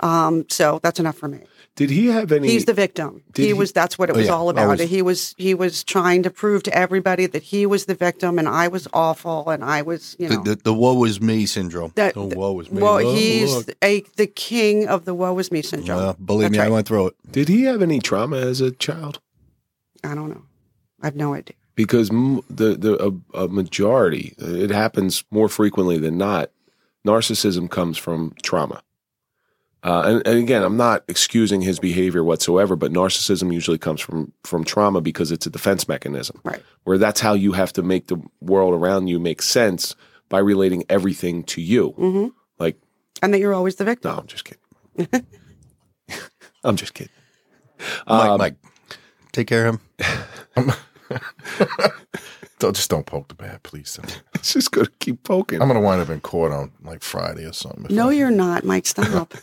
Speaker 3: Um, so that's enough for me.
Speaker 2: Did he have any?
Speaker 3: He's the victim.
Speaker 2: did
Speaker 3: He
Speaker 2: he-
Speaker 3: was that's what it was
Speaker 4: yeah,
Speaker 3: all about.
Speaker 4: always.
Speaker 3: He was he was trying to prove to everybody that he was the victim and I was awful and I was, you
Speaker 4: The,
Speaker 3: know.
Speaker 4: the, the woe is me syndrome.
Speaker 3: that-
Speaker 4: the woe is me.
Speaker 3: well,
Speaker 4: Look,
Speaker 3: he's
Speaker 4: look.
Speaker 3: a the king of the woe is me syndrome.
Speaker 4: Well, believe
Speaker 3: That's
Speaker 4: me, I
Speaker 3: right.
Speaker 4: went through it.
Speaker 2: did he have any trauma as a child?
Speaker 3: I don't know. I have no idea.
Speaker 2: Because m- the the a, a majority, it happens more frequently than not. Narcissism comes from trauma. Uh, and, and again, I'm not excusing his behavior whatsoever, but narcissism usually comes from from trauma because it's a defense mechanism.
Speaker 3: Right.
Speaker 2: Where that's how you have to make the world around you make sense by relating everything to you.
Speaker 3: hmm
Speaker 2: Like
Speaker 3: And that you're always the victim.
Speaker 2: No, I'm just kidding. I'm just kidding.
Speaker 4: Mike,
Speaker 2: Um,
Speaker 4: Mike, take care of him.
Speaker 5: Don't, just don't poke the bear, please.
Speaker 2: It's just gonna keep poking.
Speaker 5: I'm gonna wind up in court on like Friday or something.
Speaker 3: No, you're not, Mike. Stop.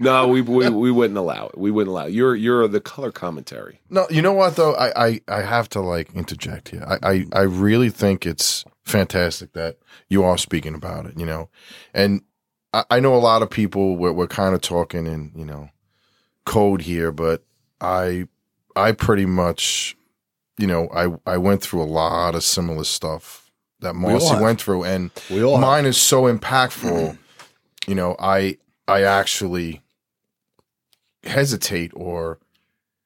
Speaker 2: no, we, we we wouldn't allow it. We wouldn't allow it. You're you're the color commentary.
Speaker 5: No, you know what though? I I, I have to like interject here. I, I I really think it's fantastic that you are speaking about it. You know, and I, I know a lot of people we're, we're kind of talking in you know code here, but I I pretty much you know I I went through a lot of similar stuff that
Speaker 4: all
Speaker 5: Marcy
Speaker 4: have.
Speaker 5: went through, and
Speaker 4: We all have.
Speaker 5: Mm-hmm. mine is so impactful. you know, I I actually hesitate or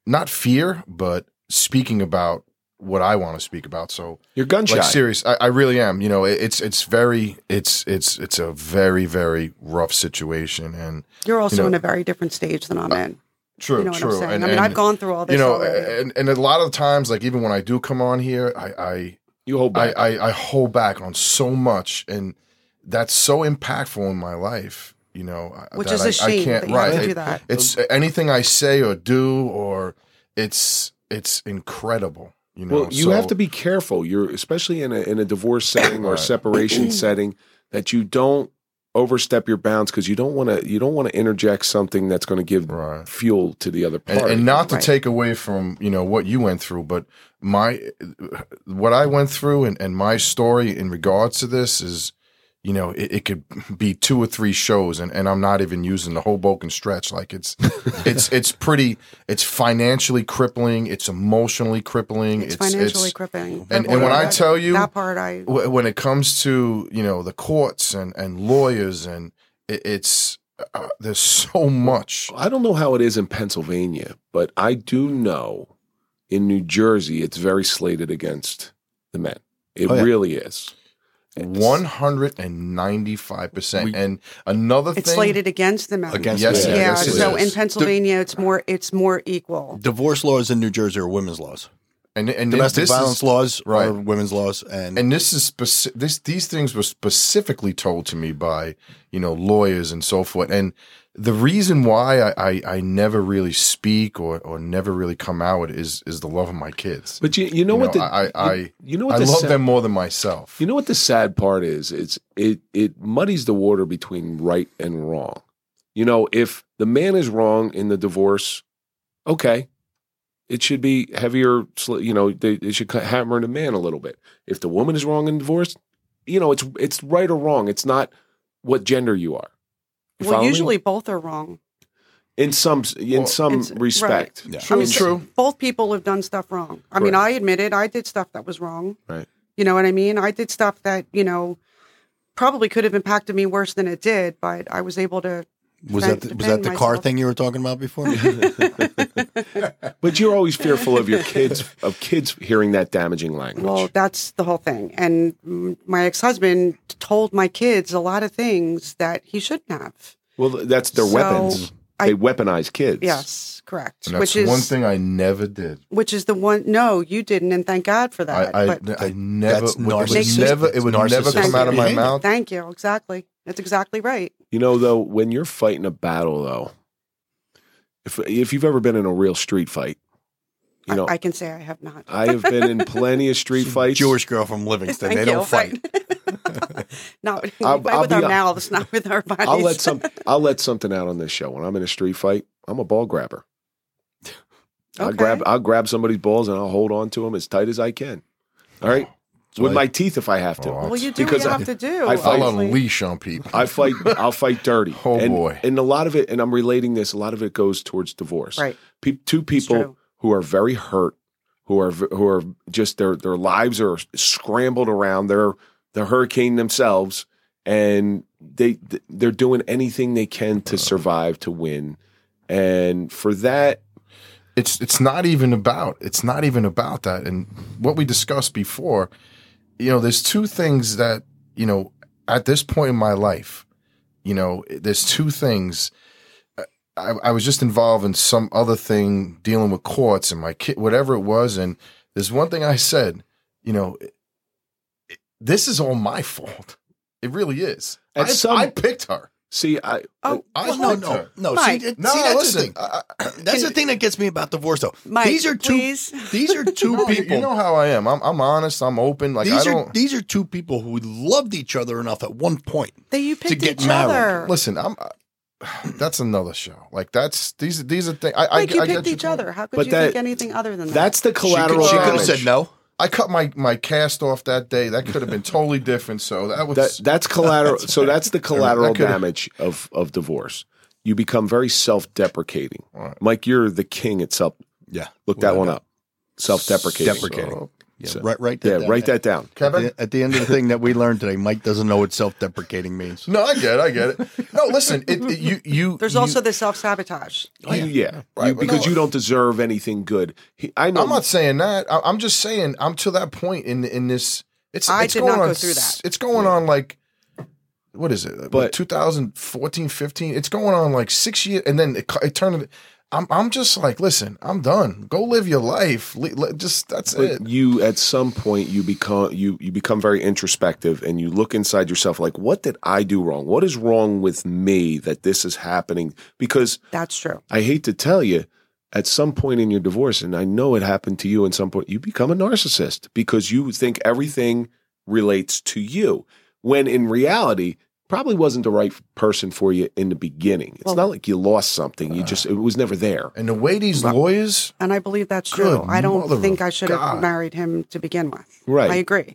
Speaker 5: not fear, but speaking about what I want to speak about. So
Speaker 2: You're gun shy.
Speaker 5: like serious, I, I really am. You know, it, it's it's very it's it's it's a very very rough situation and
Speaker 3: You're also
Speaker 5: know-
Speaker 3: in a very different stage than I'm in.
Speaker 5: true
Speaker 3: you know what
Speaker 5: true
Speaker 3: I'm saying?
Speaker 5: and,
Speaker 3: I mean,
Speaker 5: and,
Speaker 3: I've gone through all this.
Speaker 5: you know uh,
Speaker 3: already.
Speaker 5: and, and a lot of times like even when I do come on here I I
Speaker 2: You hold
Speaker 5: I,
Speaker 2: back.
Speaker 5: I, I hold back on so much, and that's so impactful in my life. You know, I-
Speaker 3: which
Speaker 5: uh, that
Speaker 3: is
Speaker 5: I-
Speaker 3: a
Speaker 5: I
Speaker 3: shame
Speaker 5: can't-
Speaker 3: that you
Speaker 5: right.
Speaker 3: have to
Speaker 5: It-
Speaker 3: do that.
Speaker 2: Um,
Speaker 5: It's anything I say or do, or it's it's incredible. You know,
Speaker 2: Well, you
Speaker 5: So-
Speaker 2: have to be careful. You're especially in a in a divorce setting or a
Speaker 5: Right.
Speaker 2: separation setting that you don't overstep your bounds because you don't want to you don't want to interject something that's going to give
Speaker 5: right.
Speaker 2: fuel to the other
Speaker 5: And,
Speaker 2: party.
Speaker 5: and not to
Speaker 3: Right.
Speaker 5: take away from you know what you went through, but my what I went through and, and my story in regards to this is, you know, it, it could be two or three shows, and, and I'm not even using the Hoboken stretch. Like it's it's it's pretty it's financially crippling it's emotionally crippling
Speaker 3: It's, financially crippling.
Speaker 5: and,
Speaker 3: But
Speaker 5: and when i
Speaker 3: that-
Speaker 5: tell you
Speaker 3: that part, I
Speaker 5: wh- when it comes to you know the courts and and lawyers and it, it's uh, there's so much
Speaker 2: I don't know how it is in Pennsylvania, but I do know in New Jersey it's very slated against the men. It
Speaker 5: Oh, yeah.
Speaker 2: really is. It's-
Speaker 5: 195%
Speaker 4: We-
Speaker 5: and another
Speaker 3: it's
Speaker 5: thing
Speaker 3: slated against the men.
Speaker 4: Against
Speaker 5: Yes,
Speaker 2: the
Speaker 3: yeah.
Speaker 2: men.
Speaker 5: yes,
Speaker 2: it
Speaker 3: so
Speaker 2: is.
Speaker 3: in Pennsylvania, it's more it's more equal.
Speaker 4: Divorce laws in New Jersey are women's laws.
Speaker 5: and, and
Speaker 4: Domestic
Speaker 5: this
Speaker 4: violence
Speaker 5: is,
Speaker 4: laws
Speaker 5: right.
Speaker 4: are women's laws, and,
Speaker 5: and this is speci- this these things were specifically told to me by you know lawyers and so forth and the reason why I, I, I never really speak or, or never really come out is is the love of my kids.
Speaker 2: But you, you know
Speaker 5: You
Speaker 2: what?
Speaker 5: know,
Speaker 2: the,
Speaker 5: I- I-
Speaker 2: you, you know what
Speaker 5: I
Speaker 2: the
Speaker 5: love
Speaker 3: uh,
Speaker 2: sa-
Speaker 5: them more than myself.
Speaker 2: You know what the sad part is? It's it it muddies the water between right and wrong. You know, if the man is wrong in the divorce, okay, it should be heavier. sli- You know, they, it should cut- hammer the man a little bit. If the woman is wrong in divorce, you know, it's it's right or wrong. It's not what gender you are. You
Speaker 3: Well,
Speaker 2: follow me?
Speaker 3: usually both are wrong.
Speaker 2: in some in
Speaker 5: Well,
Speaker 2: some
Speaker 3: it's- right.
Speaker 2: respect,
Speaker 4: Yeah.
Speaker 3: I mean,
Speaker 5: true.
Speaker 3: Both people have done stuff wrong. I mean, I admit it. I did stuff that was wrong.
Speaker 2: Right.
Speaker 3: You know what I mean? I did stuff that you know probably could have impacted me worse than it did, but I was able to.
Speaker 4: was that the, was that the car
Speaker 3: myself.
Speaker 4: thing you were talking about before?
Speaker 2: but you're always fearful of your kids of kids hearing that damaging language.
Speaker 3: Well, that's the whole thing. And mm, my ex husband told my kids a lot of things that he shouldn't have.
Speaker 2: Well, th- that's their
Speaker 3: So,
Speaker 2: weapons.
Speaker 3: I-
Speaker 2: they weaponize kids.
Speaker 3: Yes, correct.
Speaker 5: And that's
Speaker 3: which is
Speaker 5: one thing I never did.
Speaker 3: which is the one. No, you didn't, and thank God for that.
Speaker 5: I I,
Speaker 3: but
Speaker 5: I never
Speaker 4: that's
Speaker 5: it would
Speaker 4: narcissistic.
Speaker 5: never it would never
Speaker 4: Narcissistic
Speaker 5: come out of my
Speaker 4: behavior.
Speaker 5: mouth.
Speaker 3: thank you. Exactly. That's exactly right.
Speaker 2: You know, though, when you're fighting a battle, though, if if you've ever been in a real street fight, you know,
Speaker 3: I, I
Speaker 2: I,
Speaker 3: can say I have not.
Speaker 2: have been in plenty of street fights.
Speaker 4: Jewish girl from Livingston.
Speaker 3: Thank
Speaker 4: they
Speaker 3: you.
Speaker 4: don't fight.
Speaker 3: not we
Speaker 2: I'll-
Speaker 3: fight
Speaker 2: I'll
Speaker 3: with
Speaker 2: be
Speaker 3: our
Speaker 2: hon-
Speaker 3: mouths, not with our bodies.
Speaker 2: I'll let some. I'll let something out on this show. When I'm in a street fight, I'm a ball grabber. I
Speaker 3: Okay.
Speaker 2: grab. I'll grab somebody's balls and I'll hold on to them as tight as I can. All right, with
Speaker 4: I-
Speaker 2: my teeth if I have to.
Speaker 5: Oh,
Speaker 3: Well, you do what
Speaker 2: Because
Speaker 3: you
Speaker 2: I-
Speaker 3: have to do.
Speaker 2: I fight-
Speaker 5: I'll
Speaker 3: obviously.
Speaker 5: unleash on people.
Speaker 2: I fight. I'll fight dirty.
Speaker 5: Oh,
Speaker 2: and,
Speaker 5: boy.
Speaker 2: And a lot of it, and I'm relating this. A lot of it goes towards divorce.
Speaker 3: Right.
Speaker 2: Pe- two people
Speaker 3: true.
Speaker 2: who are very hurt, who are v- who are just their their lives are scrambled around. They're the hurricane themselves, and they th- they're doing anything they can
Speaker 4: Uh-huh.
Speaker 2: to survive to win. And for that,
Speaker 5: it's it's not even about it's not even about that and what we discussed before you know there's two things that you know at this point in my life you know there's two things i, I was just involved in some other thing dealing with courts and my kid whatever it was and there's one thing i said you know it, it- this is all my fault it really is I,
Speaker 2: At some-
Speaker 5: I picked her
Speaker 2: see, I
Speaker 3: Oh,
Speaker 5: I
Speaker 4: Well, no,
Speaker 5: picked
Speaker 4: no,
Speaker 5: her.
Speaker 4: no.
Speaker 3: Mike.
Speaker 4: see, that-
Speaker 5: no
Speaker 4: see, that's the
Speaker 5: listen
Speaker 4: thing.
Speaker 5: I- I-
Speaker 4: That's the thing that gets me about divorce, though.
Speaker 3: Mike,
Speaker 4: these are two.
Speaker 3: please.
Speaker 4: These are two
Speaker 5: No, you-
Speaker 4: people.
Speaker 5: You know how I am. I'm, I'm honest. I'm open. Like I
Speaker 4: these
Speaker 5: don't
Speaker 4: are these are two people who loved each other enough at one point.
Speaker 3: That you picked
Speaker 4: get
Speaker 3: each
Speaker 4: married.
Speaker 3: other.
Speaker 5: listen. I'm. That's another show. Like that's these these are things. I, I,
Speaker 3: Mike, you
Speaker 5: I get
Speaker 3: picked
Speaker 5: your
Speaker 3: each
Speaker 5: point.
Speaker 3: other. How could
Speaker 2: But
Speaker 3: you
Speaker 2: that-
Speaker 3: think anything other than that?
Speaker 2: that's the
Speaker 4: She could,
Speaker 2: collateral.
Speaker 4: she could have
Speaker 2: damage.
Speaker 4: said no.
Speaker 5: I cut my my cast off that day. That could have been totally different. So that was
Speaker 2: That that's collateral. so that's the collateral
Speaker 5: could've-
Speaker 2: damage of of divorce. You become very self deprecating.
Speaker 5: Right.
Speaker 2: Mike, you're the king at self.
Speaker 4: Yeah,
Speaker 2: Look that one up. Self deprecating.
Speaker 4: Deprecating. Yeah,
Speaker 2: So-
Speaker 4: right, right.
Speaker 2: yeah, write that down.
Speaker 5: Kevin?
Speaker 4: At the, at the end of the thing that we learned today, Mike doesn't know what self-deprecating means.
Speaker 5: No, I get it. I get it. No, listen, it, it- you you
Speaker 3: There's
Speaker 5: you-
Speaker 3: also the self sabotage.
Speaker 2: You- yeah,
Speaker 5: Right,
Speaker 2: You-
Speaker 5: but
Speaker 2: because
Speaker 5: no.
Speaker 2: you don't deserve anything good. He, I know.
Speaker 5: I'm not saying that. I, I'm just saying I'm to that point in in this. It's
Speaker 3: I
Speaker 5: it's
Speaker 3: did
Speaker 5: going
Speaker 3: not
Speaker 5: on,
Speaker 3: go through that.
Speaker 5: s- It's going on like what is it?
Speaker 2: But-
Speaker 5: But 2014, 15. It's going on like six years, and then it, cu- it turned. I'm I'm just like, listen, I'm done. Go live your life. Le- le- Just that's it.
Speaker 2: but you at some point you become you you become very introspective and you look inside yourself like what did I do wrong? What is wrong with me that this is happening? Because
Speaker 3: That's true.
Speaker 2: I hate to tell you, at some point in your divorce, and I know it happened to you at some point, you become a narcissist because you think everything relates to you. When in reality, probably wasn't the right person for you in the beginning. It's
Speaker 3: Well-
Speaker 2: not like you lost something.
Speaker 5: Uh.
Speaker 2: You just it was never there.
Speaker 5: And the way these lawyers,
Speaker 3: And I believe that's
Speaker 5: Good
Speaker 3: true. I don't
Speaker 5: mother
Speaker 3: think
Speaker 5: of
Speaker 3: I should have
Speaker 5: God.
Speaker 3: married him to begin with.
Speaker 2: Right.
Speaker 3: I agree.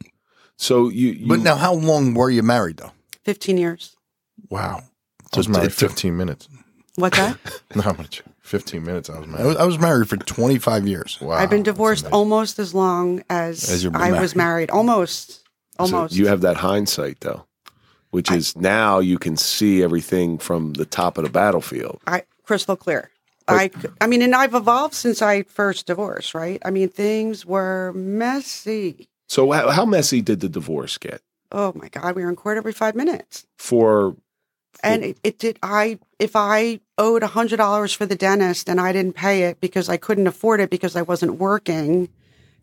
Speaker 2: So you, you
Speaker 4: But now, how long were you married though?
Speaker 3: 15 years.
Speaker 5: wow. I
Speaker 4: So
Speaker 5: was married
Speaker 4: it took-
Speaker 5: 15 minutes.
Speaker 3: What's that?
Speaker 5: No, I'm not joking. 15 minutes. I
Speaker 4: I was,
Speaker 5: was married.
Speaker 4: I was married for 25 years.
Speaker 5: Wow.
Speaker 3: I've been
Speaker 5: that's
Speaker 3: divorced
Speaker 5: amazing.
Speaker 3: almost as long as,
Speaker 4: As you've been
Speaker 3: I was married. Almost.
Speaker 2: so
Speaker 3: Almost.
Speaker 2: you have that hindsight though, which is now you can see everything from the top of the battlefield.
Speaker 3: I crystal clear. I, I mean, and I've evolved since I first divorced, right? I mean, things were messy.
Speaker 2: So how, how messy did the divorce get
Speaker 3: Oh my God, we were in court every five minutes.
Speaker 2: for
Speaker 3: And it, it did. I, if I owed $100 for the dentist and I didn't pay it because I couldn't afford it because I wasn't working,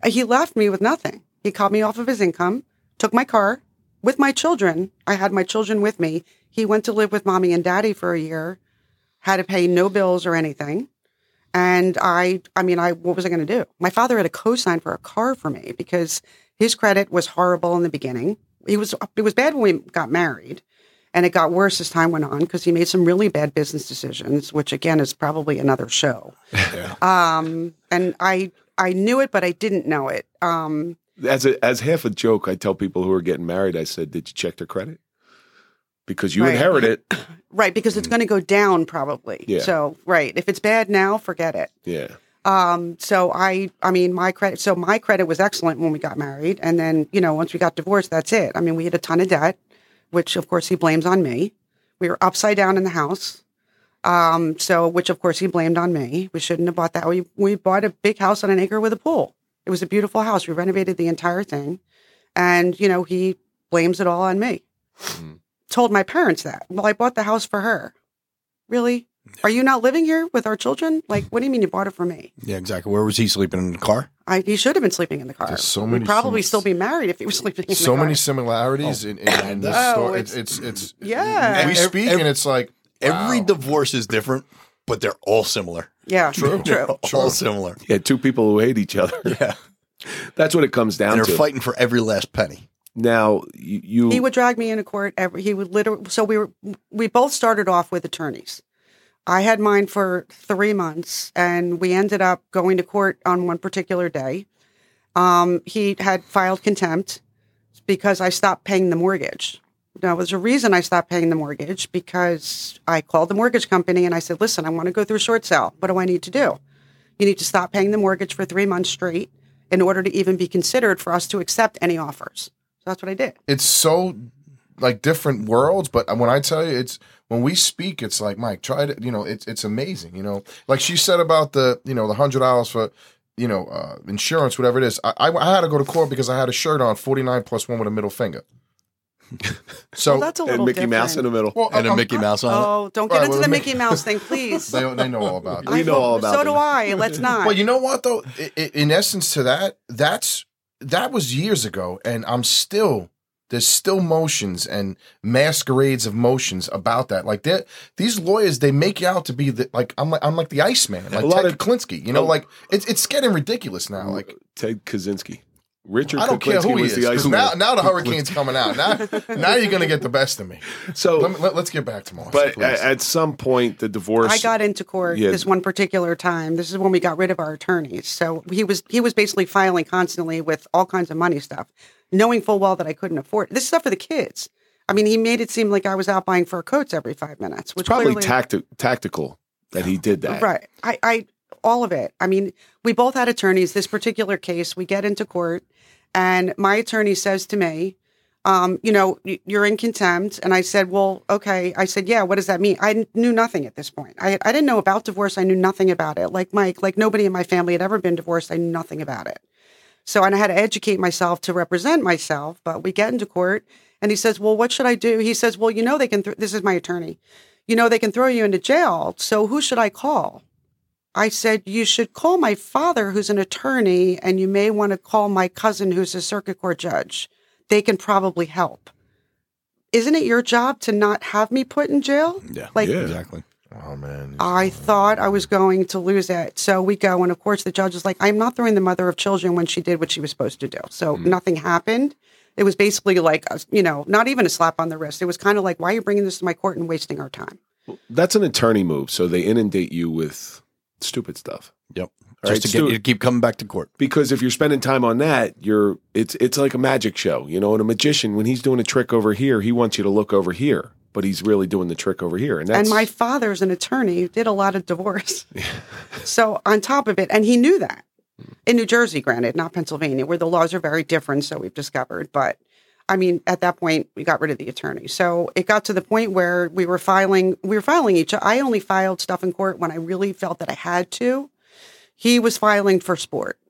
Speaker 3: uh, he left me with nothing. He cut me off of his income, took my car with my children. I had my children with me. He went to live with mommy and daddy for a year, had to pay no bills or anything. And I, I mean, I, what was I going to do? My father had a cosign for a car for me because his credit was horrible in the beginning. He was, it was bad when we got married and it got worse as time went on because he made some really bad business decisions, which again is probably another show. Um, and I, I knew it, but I didn't know it. Um,
Speaker 2: as a, as half a joke, I tell people who are getting married, I said, "Did you check their credit?" Because you
Speaker 3: Right.
Speaker 2: inherit it.
Speaker 3: right. Because it's going to go down probably.
Speaker 2: Yeah.
Speaker 3: So, right. If it's bad now, forget it.
Speaker 2: Yeah.
Speaker 3: Um, so I, I mean, my credit, so my credit was excellent when we got married. And then, you know, once we got divorced, that's it. I mean, we had a ton of debt, which of course he blames on me. We were upside down in the house. Um, so, which of course he blamed on me. We shouldn't have bought that. We, we bought a big house on an acre with a pool. It was a beautiful house. We renovated the entire thing. And, you know, he blames it all on me. Told my parents that. Well, I bought the house for her. Really? Are you not living here with our children? Like, what do you mean you bought it for me?
Speaker 4: Yeah, exactly. Where was he sleeping in the car?
Speaker 3: I, he should have been sleeping in the car.
Speaker 5: There's so
Speaker 3: We'd
Speaker 5: many
Speaker 3: probably
Speaker 5: sins.
Speaker 3: still be married if he was sleeping in
Speaker 5: so
Speaker 3: the car.
Speaker 5: many similarities in, in, in this
Speaker 3: Oh,
Speaker 5: story.
Speaker 3: it's-
Speaker 5: It's it's, it's
Speaker 3: Yeah.
Speaker 5: We
Speaker 4: Ev-
Speaker 5: speak
Speaker 4: ev-
Speaker 5: and it's like
Speaker 4: Every
Speaker 5: wow.
Speaker 4: divorce is different, but they're all similar.
Speaker 3: Yeah,
Speaker 5: True.
Speaker 4: They're
Speaker 3: true.
Speaker 4: all similar.
Speaker 2: Yeah, two people who hate each other.
Speaker 4: Yeah.
Speaker 2: That's what it comes
Speaker 4: And
Speaker 2: down
Speaker 4: they're
Speaker 2: to.
Speaker 4: fighting for every last penny.
Speaker 2: now you, you
Speaker 3: He would drag me into court. Every, he would literally. So we were. We both started off with attorneys. I had mine for three months, and we ended up going to court on one particular day. Um, he had filed contempt because I stopped paying the mortgage. Now, there's a reason I stopped paying the mortgage because I called the mortgage company and I said, "Listen, I want to go through short sale. What do I need to do?" You need to stop paying the mortgage for three months straight in order to even be considered for us to accept any offers. So that's what I did.
Speaker 5: it's so like different worlds. But when I tell you, it's when we speak, it's like Mike. Try to you know, it's it's amazing. You know, like she said about the you know the hundred dollars for you know uh, insurance, whatever it is. I, I I had to go to court because I had a shirt on, forty nine plus one with a middle finger. So
Speaker 3: Well, that's a
Speaker 2: and
Speaker 3: little
Speaker 2: Mickey
Speaker 3: different.
Speaker 2: Mouse in the middle.
Speaker 5: Well,
Speaker 4: And a
Speaker 5: I'm-
Speaker 4: Mickey Mouse on it.
Speaker 3: Oh, don't get
Speaker 5: Right,
Speaker 3: into
Speaker 5: well,
Speaker 3: the
Speaker 5: the
Speaker 3: Mickey Mouse thing, please.
Speaker 5: They they know all about it.
Speaker 2: We know all about
Speaker 3: So
Speaker 2: them.
Speaker 3: do I. Let's not.
Speaker 5: Well, you know what though? I- I- In essence, to that, that's that was years ago, and I'm still there's still motions and masquerades of motions about that. Like that, these lawyers they make you out to be the, like I'm like I'm like the Iceman, like
Speaker 2: A lot
Speaker 5: Ted
Speaker 2: of-
Speaker 5: Klinsky. You know, like it's it's getting ridiculous now. Like
Speaker 2: Ted Kaczynski, Richard
Speaker 5: I don't care
Speaker 2: Kuklinski
Speaker 5: who he
Speaker 2: was
Speaker 5: is.
Speaker 2: the ice
Speaker 5: 'cause Now,
Speaker 2: man.
Speaker 5: now the hurricane's coming out. Now, now you're gonna get the best of me.
Speaker 2: So,
Speaker 5: Let me, let, us get back to Marcia,
Speaker 2: but uh,
Speaker 5: please.
Speaker 2: at, at some point, the divorce.
Speaker 3: I got into court
Speaker 2: Yeah.
Speaker 3: this one particular time. This is when we got rid of our attorneys. So he was he was basically filing constantly with all kinds of money stuff, knowing full well that I couldn't afford it. this stuff for the kids. I mean, he made it seem like I was out buying fur coats every five minutes, which
Speaker 2: probably
Speaker 3: clearly,
Speaker 2: tacti- tactical that he did that.
Speaker 3: right. I, I all of it. I mean, we both had attorneys. This particular case, we get into court, and my attorney says to me, um, you know, y- you're in contempt. And I said, well, okay. I said, yeah, what does that mean? I n- knew nothing at this point. I, I didn't know about divorce. I knew nothing about it. Like Mike, like nobody in my family had ever been divorced. I knew nothing about it. So, and I had to educate myself to represent myself. But we get into court and he says, well, what should I do? He says, well, you know, they can, th- this is my attorney, you know, they can throw you into jail. So who should I call? I said, you should call my father, who's an attorney, and you may want to call my cousin, who's a circuit court judge they can probably help. Isn't it your job to not have me put in jail?
Speaker 4: Yeah.
Speaker 3: Like
Speaker 2: Yeah.
Speaker 4: Exactly.
Speaker 5: Oh man.
Speaker 3: I thought I was going to lose it. So we go and of course the judge is like, I'm not throwing the mother of children when she did what she was supposed to do. So
Speaker 2: Hmm.
Speaker 3: nothing happened. It was basically like, a, you know, not even a slap on the wrist. It was kind of like, why are you bringing this to my court and wasting our time?
Speaker 2: That's an attorney move. So they inundate you with stupid stuff.
Speaker 4: Yep.
Speaker 2: All right,
Speaker 4: Just to get
Speaker 2: Stu-
Speaker 4: you to keep coming back to court.
Speaker 2: because if you're spending time on that, you're it's it's like a magic show, you know. And a magician, when he's doing a trick over here, he wants you to look over here, but he's really doing the trick over here. And that's
Speaker 3: and my father's an attorney who did a lot of divorce. so on top of it, and he knew that in New Jersey, granted, not Pennsylvania, where the laws are very different. So we've discovered, but I mean, at that point, we got rid of the attorney. So it got to the point where we were filing, we were filing each. I only filed stuff in court when I really felt that I had to. He was filing for sport.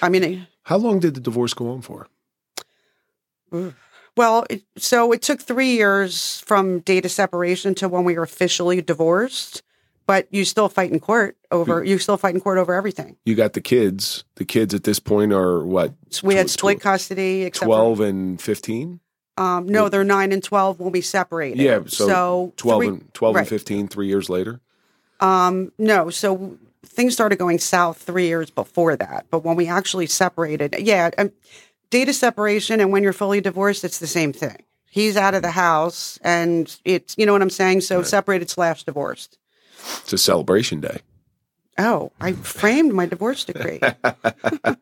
Speaker 3: I mean, it-
Speaker 2: how long did the divorce go on for?
Speaker 3: well, it, so it took three years from date of separation to when we were officially divorced, but you still fight in court over
Speaker 2: Hmm.
Speaker 3: you still fight in court over everything.
Speaker 2: You got the kids. The kids at this point are what
Speaker 3: So we had
Speaker 2: Tw- tw-
Speaker 3: split custody, except for-
Speaker 2: twelve and fifteen.
Speaker 3: um, no, they're nine and twelve when we separated.
Speaker 2: Yeah, so Twelve
Speaker 3: three-
Speaker 2: and twelve and
Speaker 3: right.
Speaker 2: fifteen. Three years later.
Speaker 3: Um, no, so things started going south three years before that. But when we actually separated, yeah, um, data separation and when you're fully divorced, it's the same thing. He's out of the
Speaker 2: Hmm.
Speaker 3: house, and it's you know what I'm saying. So separated slash divorced.
Speaker 2: It's a celebration day.
Speaker 3: Oh, I framed my divorce decree, but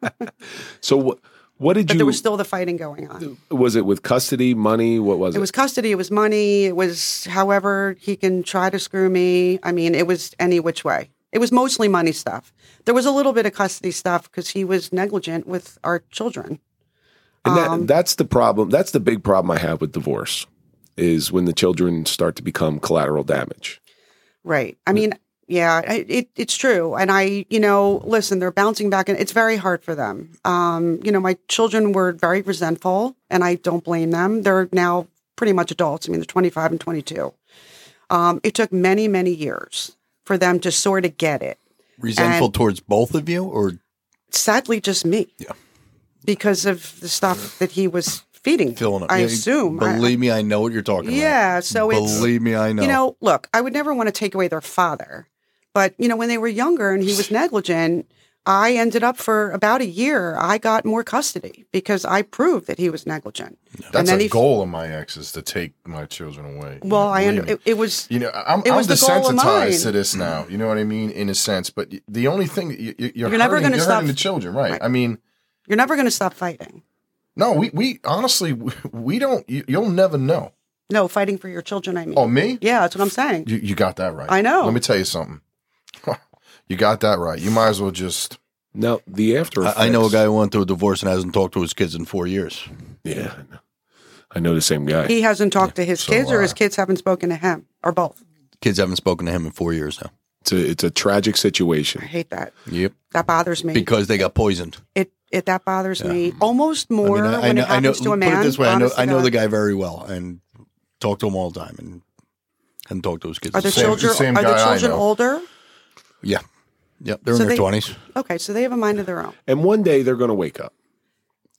Speaker 2: So what what did you?
Speaker 3: there was still the fighting going on.
Speaker 2: was it with custody, money? What was it?
Speaker 3: It was custody. It was money. It was however he can try to screw me. I mean, it was any which way. It was mostly money stuff. There was a little bit of custody stuff because he was negligent with our children.
Speaker 2: And that,
Speaker 3: um,
Speaker 2: that's the problem. That's the big problem I have with divorce is when the children start to become collateral damage.
Speaker 3: Right. I mean, yeah, I- it, it's true. And I, you know, listen, they're bouncing back and it's very hard for them. Um, you know, my children were very resentful and I don't blame them. They're now pretty much adults. I mean, they're 25 and 22. Um, it took many, many years for them to sort of get it.
Speaker 4: Resentful towards both of you or
Speaker 3: Sadly, just me. Yeah. Because of the stuff that he was feeding.
Speaker 4: filling up?
Speaker 3: I
Speaker 4: Yeah,
Speaker 3: assume. I-
Speaker 4: Believe me, I know what you're talking about.
Speaker 3: yeah. So it's.
Speaker 4: Believe me, I know.
Speaker 3: You know, look, I would never want to take away their father, but you know, when they were younger and he was negligent, I ended up for about a year. I got more custody because I proved that he was negligent.
Speaker 5: That's
Speaker 3: then
Speaker 5: a
Speaker 3: he-
Speaker 5: goal of my ex is to take my children away.
Speaker 3: Well, I
Speaker 5: Believe
Speaker 3: under,
Speaker 5: me.
Speaker 3: it, it was
Speaker 5: You know, I'm,
Speaker 3: It
Speaker 5: I'm
Speaker 3: was the goal of mine.
Speaker 5: desensitized to this now. You know what I mean, in a sense. But y- the only thing that you, you- you're,
Speaker 3: You're never
Speaker 5: hurting-
Speaker 3: gonna
Speaker 5: you're hurting
Speaker 3: stop-
Speaker 5: the children, right?
Speaker 3: Right.
Speaker 5: I mean,
Speaker 3: you're never going to stop fighting.
Speaker 5: no, we we honestly we, we don't. You, you'll never know.
Speaker 3: No, fighting for your children. I mean,
Speaker 5: Oh, me?
Speaker 3: yeah, that's what I'm saying.
Speaker 5: You, you got that right.
Speaker 3: I know.
Speaker 5: Let me tell you something. you got that right. You might as well just.
Speaker 2: Now, the after effects,
Speaker 4: I, I know a guy who went through a divorce and hasn't talked to his kids in four years.
Speaker 2: Yeah, I know. I know the same guy.
Speaker 3: He hasn't talked to his
Speaker 5: So,
Speaker 3: kids, or his
Speaker 5: uh,
Speaker 3: kids haven't spoken to him, or both.
Speaker 4: Kids haven't spoken to him in four years now.
Speaker 2: It's a, it's a tragic
Speaker 3: I
Speaker 2: situation.
Speaker 3: hate that.
Speaker 4: Yep.
Speaker 3: That bothers me.
Speaker 4: Because they got poisoned.
Speaker 3: it it that bothers me almost more
Speaker 4: I,
Speaker 3: when
Speaker 4: know,
Speaker 3: it happens to a man.
Speaker 4: put it this way, I know,
Speaker 3: honest to
Speaker 4: I know the
Speaker 3: God.
Speaker 4: guy very well and talk to him all the time and haven't talked to his kids.
Speaker 3: Are
Speaker 4: in
Speaker 3: the
Speaker 5: Same-
Speaker 4: four years.
Speaker 3: children
Speaker 5: same
Speaker 3: are the
Speaker 5: guy I
Speaker 3: children
Speaker 5: know.
Speaker 3: older?
Speaker 4: Yeah. Yep. They're
Speaker 3: So
Speaker 4: in
Speaker 3: they-
Speaker 4: their twenties.
Speaker 3: Okay, so they have a mind of their own.
Speaker 2: And one day they're going to wake up.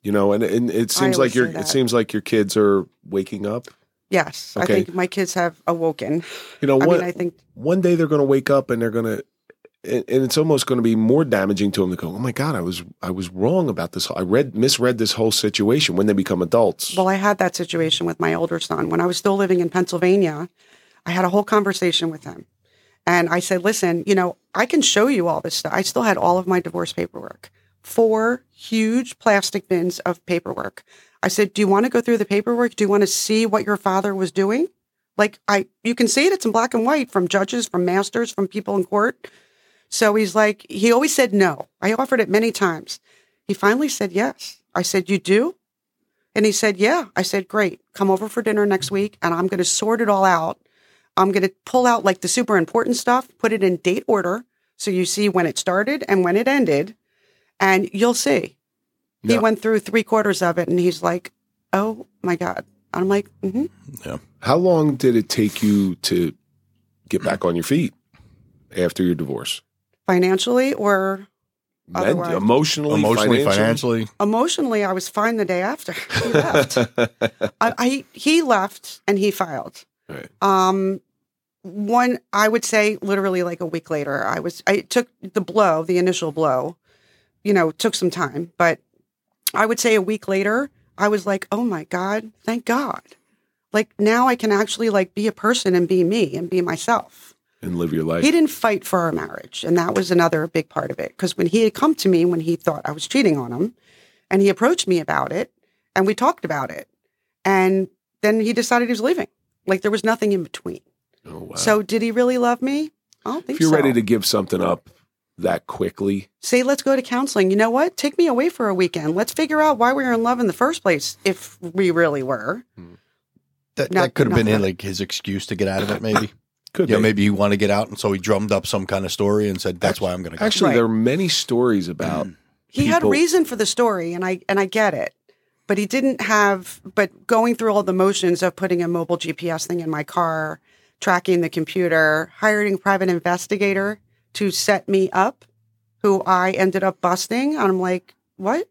Speaker 2: You know, and, and it seems
Speaker 3: always
Speaker 2: like your
Speaker 3: say that.
Speaker 2: it seems like your kids are waking up.
Speaker 3: Yes,
Speaker 2: Okay.
Speaker 3: I think my kids have awoken.
Speaker 2: You know,
Speaker 3: I
Speaker 2: one
Speaker 3: mean, I think
Speaker 2: one day they're going to wake up and they're going to and and it's almost going to be more damaging to them to go, "Oh my god, I was I was wrong about this. I read misread this whole situation when they become adults."
Speaker 3: well, I had that situation with my older son when I was still living in Pennsylvania. I had a whole conversation with him, and I said, "Listen, you know, I can show you all this stuff. I still had all of my divorce paperwork, four huge plastic bins of paperwork." I said, "Do you want to go through the paperwork? Do you want to see what your father was doing?" Like I, you can see it. It's in black and white from judges, from masters, from people in court. So he's like, he always said no. I offered it many times. He finally said yes. I said, You do? And he said, Yeah. I said, Great. Come over for dinner next week and I'm going to sort it all out. I'm going to pull out like the super important stuff, put it in date order. So you see when it started and when it ended. And you'll see. He
Speaker 2: Yeah.
Speaker 3: went through three quarters of it and he's like, Oh my God. I'm like, mm-hmm.
Speaker 2: How long did it take you to get back on your feet after your divorce?
Speaker 3: Financially or
Speaker 2: Men-
Speaker 3: Otherwise.
Speaker 2: emotionally,
Speaker 4: Emotionally,
Speaker 2: financially.
Speaker 4: financially.
Speaker 3: emotionally, I was fine the day after he left. I, I he left and he filed.
Speaker 2: Right.
Speaker 3: Um, one I would say literally like a week later, I was I it took the blow, the initial blow, you know, it took some time, but I would say a week later, I was like, oh my god, thank God, like now I can actually like be a person and be me and be myself
Speaker 2: and live your life.
Speaker 3: he didn't fight for our marriage and that was another big part of it because when he had come to me when he thought i was cheating on him and he approached me about it and we talked about it and then he decided he was leaving like there was nothing in between
Speaker 2: Oh, wow.
Speaker 3: so did he really love me i don't think
Speaker 2: if you're
Speaker 3: so
Speaker 2: ready to give something up that quickly,
Speaker 3: say let's go to counseling you know what take me away for a weekend let's figure out why we were in love in the first place if we really were
Speaker 4: That,
Speaker 3: No,
Speaker 4: that could have been
Speaker 3: no, no.
Speaker 4: like his excuse to get out of it, maybe.
Speaker 2: could
Speaker 4: yeah,
Speaker 2: be.
Speaker 4: maybe he wanted to get out, and so he drummed up some kind of story and said, "That's why I'm going to go."
Speaker 2: Actually,
Speaker 3: Right.
Speaker 2: there are many stories about
Speaker 3: he had
Speaker 2: people-
Speaker 3: reason for the story and i and i get it but he didn't have but going through all the motions of putting a mobile gps thing in my car tracking the computer hiring a private investigator to set me up who i ended up busting and i'm like what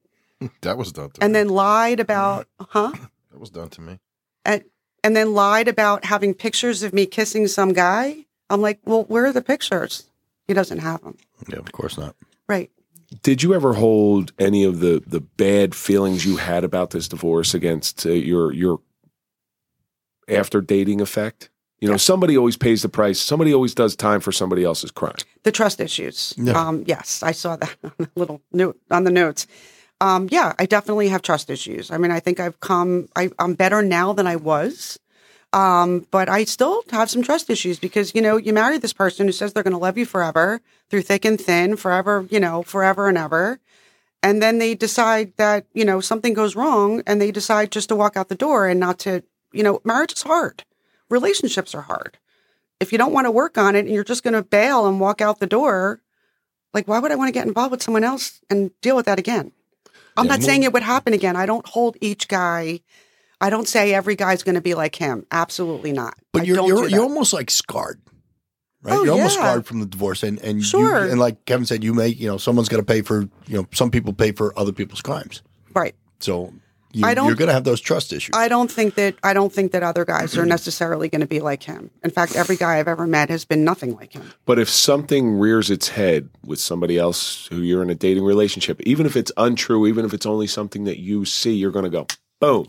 Speaker 5: That was done to
Speaker 3: and
Speaker 5: me.
Speaker 3: then lied about huh
Speaker 5: that was done to me.
Speaker 3: and and then lied about having pictures of me kissing some guy i'm like well where are the pictures he doesn't have them
Speaker 4: Yeah, of course not.
Speaker 3: right
Speaker 2: Did you ever hold any of the the bad feelings you had about this divorce against uh, your your after dating effect? You know, somebody always pays the price. Somebody always does time for somebody else's crime.
Speaker 3: the trust issues.
Speaker 4: Yeah.
Speaker 3: Um, yes, I saw that on the little note on the notes. Um, yeah, I definitely have trust issues. I mean, I think I've come. I, I'm better now than I was, um, but I still have some trust issues because you know you marry this person who says they're going to love you forever through thick and thin, forever, you know, forever and ever, and then they decide that you know something goes wrong and they decide just to walk out the door and not to. You know, marriage is hard. Relationships are hard if you don't want to work on it and you're just going to bail and walk out the door, like why would I want to get involved with someone else and deal with that again? I'm
Speaker 2: Yeah.
Speaker 3: not saying it would happen again. I don't hold each guy. I don't say every guy's going to be like him. Absolutely not.
Speaker 4: But
Speaker 3: I
Speaker 4: you're
Speaker 3: don't do
Speaker 4: you're,
Speaker 3: that.
Speaker 4: you're almost like scarred, right?
Speaker 3: Oh,
Speaker 4: you're almost
Speaker 3: yeah.
Speaker 4: scarred from the divorce, and and
Speaker 3: Sure.
Speaker 4: you, and like Kevin said, you may you know someone's going to pay for you know some people pay for other people's crimes,
Speaker 3: right.
Speaker 4: so you,
Speaker 3: I don't-
Speaker 4: you're going to have those trust issues.
Speaker 3: I don't think that I don't think that other guys are necessarily going to be like him. In fact, every guy I've ever met has been nothing like him.
Speaker 2: But if something rears its head with somebody else who you're in a dating relationship, even if it's untrue, even if it's only something that you see, you're going to go, boom.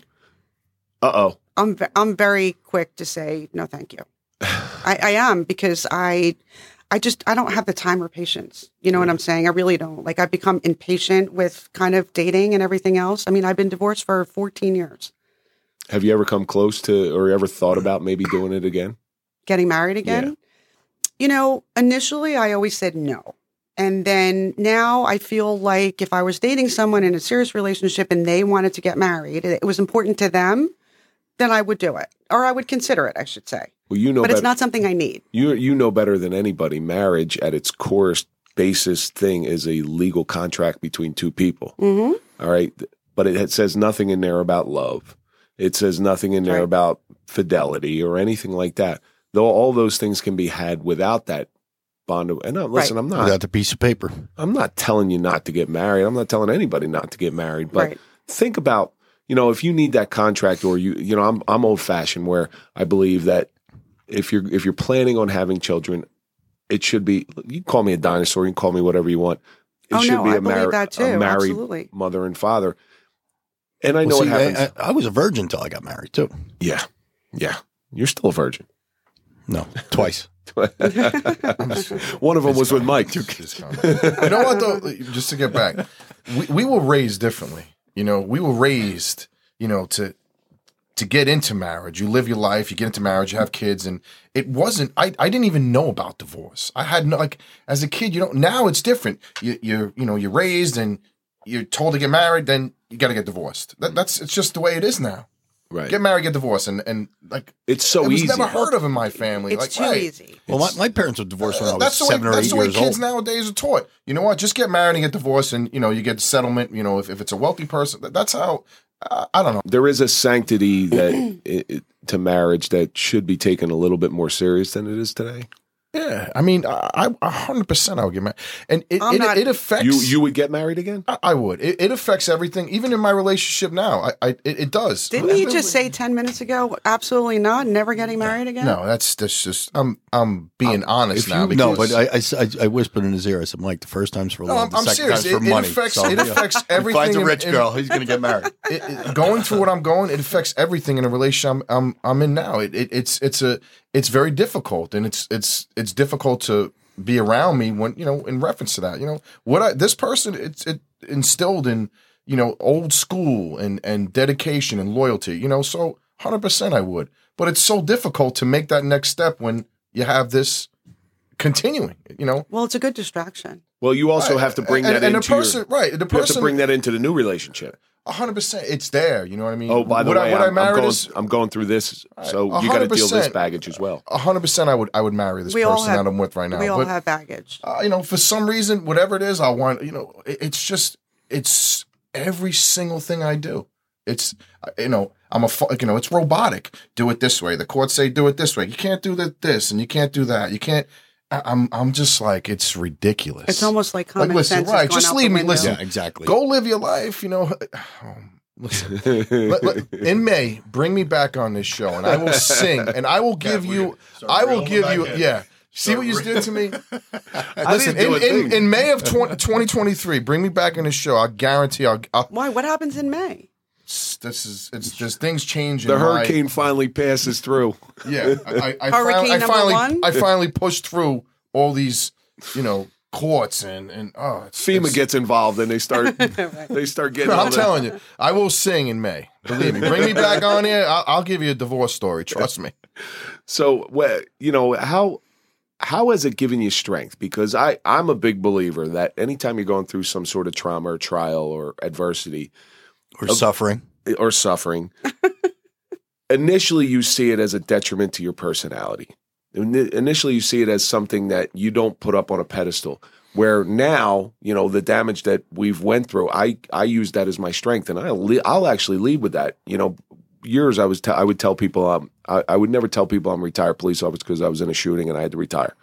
Speaker 2: Uh oh.
Speaker 3: I'm ve- I'm very quick to say no, thank you. I, I am because I I just I don't have the time or patience. You know what I'm saying? I really don't. Like I've become impatient with kind of dating and everything else. I mean, I've been divorced for 14 years.
Speaker 2: Have you ever come close to or ever thought about maybe doing it again?
Speaker 3: Getting married again. You know, initially I always said no. And then now I feel like if I was dating someone in a serious relationship and they wanted to get married, it was important to them, then I would do it. Or I would consider it, I should say.
Speaker 2: Well, you know
Speaker 3: but
Speaker 2: better.
Speaker 3: it's not something I need.
Speaker 2: you you know better than anybody marriage at its course basis thing is a legal contract between two people
Speaker 3: hmm
Speaker 2: all right but it, it says nothing in there about love it says nothing in there
Speaker 3: Right.
Speaker 2: about fidelity or anything like that though all those things can be had without that bond of, and uh, listen i'm not
Speaker 4: without the piece of paper.
Speaker 2: i'm not telling you not to get married i'm not telling anybody not to get married but
Speaker 3: Right.
Speaker 2: think about you know if you need that contract or you you know I'm I'm old fashioned where I believe that if you're if you're planning on having children it should be you can call me a dinosaur you can call me whatever you want it
Speaker 3: Oh,
Speaker 2: should
Speaker 3: no,
Speaker 2: be
Speaker 3: I
Speaker 2: a, mar-
Speaker 3: believe that
Speaker 2: a
Speaker 3: too.
Speaker 2: married
Speaker 3: Absolutely.
Speaker 2: mother and father and I know
Speaker 4: Well,
Speaker 2: it
Speaker 4: see,
Speaker 2: happens
Speaker 4: I, I, I was a virgin until I got married too.
Speaker 2: yeah yeah you're still a virgin
Speaker 4: No, twice.
Speaker 2: one of them was with Mike
Speaker 5: Just comment. you know what though? Just to get back, we, we were raised differently. You know, we were raised, you know, to to get into marriage. You live your life, you get into marriage, you have kids, and it wasn't. I, I didn't even know about divorce. I had no like as a kid. You don't now it's different. You you you know you're raised and you're told to get married, then you got to get divorced. That, that's it's just the way it is now.
Speaker 2: Right.
Speaker 5: Get married, get divorced, and and like
Speaker 2: It's so
Speaker 5: it was
Speaker 2: easy.
Speaker 5: Never heard of in my family.
Speaker 3: It's
Speaker 5: like,
Speaker 3: too
Speaker 5: right.
Speaker 3: easy.
Speaker 4: Well, my, my parents were divorced when I was
Speaker 5: That's the way.
Speaker 4: seven or
Speaker 5: That's
Speaker 4: eight
Speaker 5: the way
Speaker 4: years
Speaker 5: kids
Speaker 4: old.
Speaker 5: nowadays are taught. You know what? Just get married and get divorced, and you know you get settlement. You know if, if it's a wealthy person, that- that's how. Uh, I don't know.
Speaker 2: there is a sanctity that i i to marriage that should be taken a little bit more serious than it is today.
Speaker 5: Yeah, I mean, I a hundred percent I would get married, and it
Speaker 3: I'm
Speaker 5: it,
Speaker 3: not-
Speaker 5: it affects
Speaker 2: You you would get married again?
Speaker 5: I, I would. It, it affects everything, even in my relationship now. I, I it, it does.
Speaker 3: Didn't you just say 10 minutes ago, absolutely not, never getting married again?
Speaker 5: No, that's that's just I'm I'm being honest now.
Speaker 4: Uh, No,
Speaker 5: because-
Speaker 4: but I, I s- I- I whispered in his ear. I said, "Mike, the first time's for
Speaker 5: No,
Speaker 4: love,
Speaker 5: I'm,
Speaker 4: the
Speaker 5: I'm
Speaker 4: second
Speaker 5: serious.
Speaker 4: time's
Speaker 5: It,
Speaker 4: for
Speaker 5: it
Speaker 4: money."
Speaker 5: affects
Speaker 4: So,
Speaker 5: it
Speaker 4: yeah.
Speaker 5: affects
Speaker 4: He
Speaker 5: everything.
Speaker 4: finds a
Speaker 5: in-
Speaker 4: rich
Speaker 5: in-
Speaker 4: girl, he's going to get married.
Speaker 5: it, it- going through what I'm going, it affects everything in a relationship I'm I'm, I'm in now. It, it it's it's a it's very difficult, and it's it's it's difficult to be around me when you know in reference to that. You know what I this person it's it instilled in you know old school and and dedication and loyalty. You know, so hundred percent I would, but it's so difficult to make that next step when you have this continuing. You know,
Speaker 3: Well, it's a good distraction.
Speaker 2: Well, you also have to bring
Speaker 5: and,
Speaker 2: that
Speaker 5: and
Speaker 2: into
Speaker 5: the person
Speaker 2: your,
Speaker 5: right. The
Speaker 2: you have
Speaker 5: person
Speaker 2: to bring that into the new relationship.
Speaker 5: hundred percent. It's there. You know what I mean?
Speaker 2: Oh, by the
Speaker 5: What Mm. I-
Speaker 2: way,
Speaker 5: what I
Speaker 2: I'm, I'm
Speaker 5: married
Speaker 2: going,
Speaker 5: is-
Speaker 2: I'm going through this, so
Speaker 5: Right,
Speaker 2: you got to deal this
Speaker 5: 100%.
Speaker 2: baggage as well.
Speaker 5: A hundred percent, I would I would marry this
Speaker 3: We all
Speaker 5: person
Speaker 3: have-
Speaker 5: that I'm with right now.
Speaker 3: we all
Speaker 5: but
Speaker 3: have baggage.
Speaker 5: uh, you know, for some reason, whatever it is, I want. You know, it, it's just it's every single thing I do. It's uh, you know, I'm a fu- you know, it's robotic. Do it this way. The courts say do it this way. You can't do that this, and you can't do that. You can't. I, I'm I'm just like it's ridiculous.
Speaker 3: It's almost like common
Speaker 5: listen,
Speaker 3: sense. has
Speaker 5: right,
Speaker 3: gone
Speaker 5: just
Speaker 3: out
Speaker 5: leave
Speaker 3: the
Speaker 5: me,
Speaker 3: window.
Speaker 5: listen.
Speaker 4: Yeah, exactly.
Speaker 5: go live your life. You know, Um, listen. Let- let- in May, bring me back on this show, and I will sing, and I will give you, I will give you, yeah. See what you did to me. Listen, in, in, in May of 20, 2023, bring me back on this show. I guarantee. I'll, I'll
Speaker 3: Why? What happens in May?
Speaker 5: this is it's just things changing.
Speaker 2: The hurricane finally passes through.
Speaker 5: yeah, I, I, I,
Speaker 3: Hurricane
Speaker 5: finally, I
Speaker 3: number
Speaker 5: finally,
Speaker 3: one?
Speaker 5: I finally pushed through all these, you know, courts and and oh, it's,
Speaker 2: FEMA
Speaker 5: it's-
Speaker 2: gets involved and they start
Speaker 3: Right.
Speaker 2: they start getting. all
Speaker 5: I'm
Speaker 2: the-
Speaker 5: telling you, I will sing in May. Believe me. Bring me back on here. I'll, I'll give you a divorce story. Trust me.
Speaker 2: So, wh- you know, how how has it given you strength? Because I I'm a big believer that anytime you're going through some sort of trauma or trial or adversity
Speaker 4: Or suffering.
Speaker 2: or suffering, initially you see it as a detriment to your personality. Ini- Initially, you see it as something that you don't put up on a pedestal. Where now, you know, the damage that we've went through, I I use that as my strength, and I le- I'll actually lead with that. You know, years I was te- I would tell people um I, I would never tell people I'm a retired police officer because I was in a shooting and I had to retire.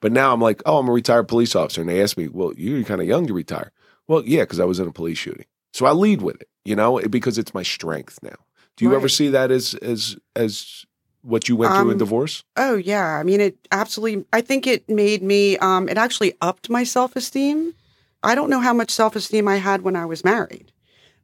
Speaker 2: But now I'm like, oh, I'm a retired police officer, and they ask me, well, you're kind of young to retire. Well, yeah, because I was in a police shooting, so I lead with it, you know, because it's my strength now. Do you ever
Speaker 3: Right.
Speaker 2: see that as as as what you went through in
Speaker 3: Um,
Speaker 2: divorce?
Speaker 3: Oh yeah, I mean it absolutely. I think it made me. Um, it actually upped my self esteem. I don't know how much self esteem I had when I was married.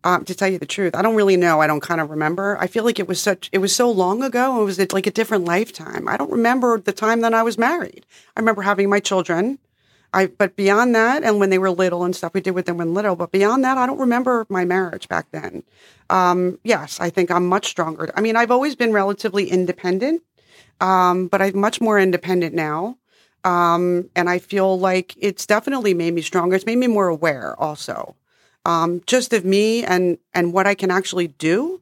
Speaker 3: Um, to tell you the truth, I don't really know. I don't kind of remember. I feel like it was such. It was so long ago. It was like a different lifetime. I don't remember the time that I was married. I remember having my children. I but beyond that, and when they were little and stuff, we did with them when little. But beyond that, I don't remember my marriage back then. Um, yes, I think I'm much stronger. I mean, I've always been relatively independent um, but I'm much more independent now. Um, and I feel like it's definitely made me stronger. It's made me more aware also, um, just of me and, and what I can actually do.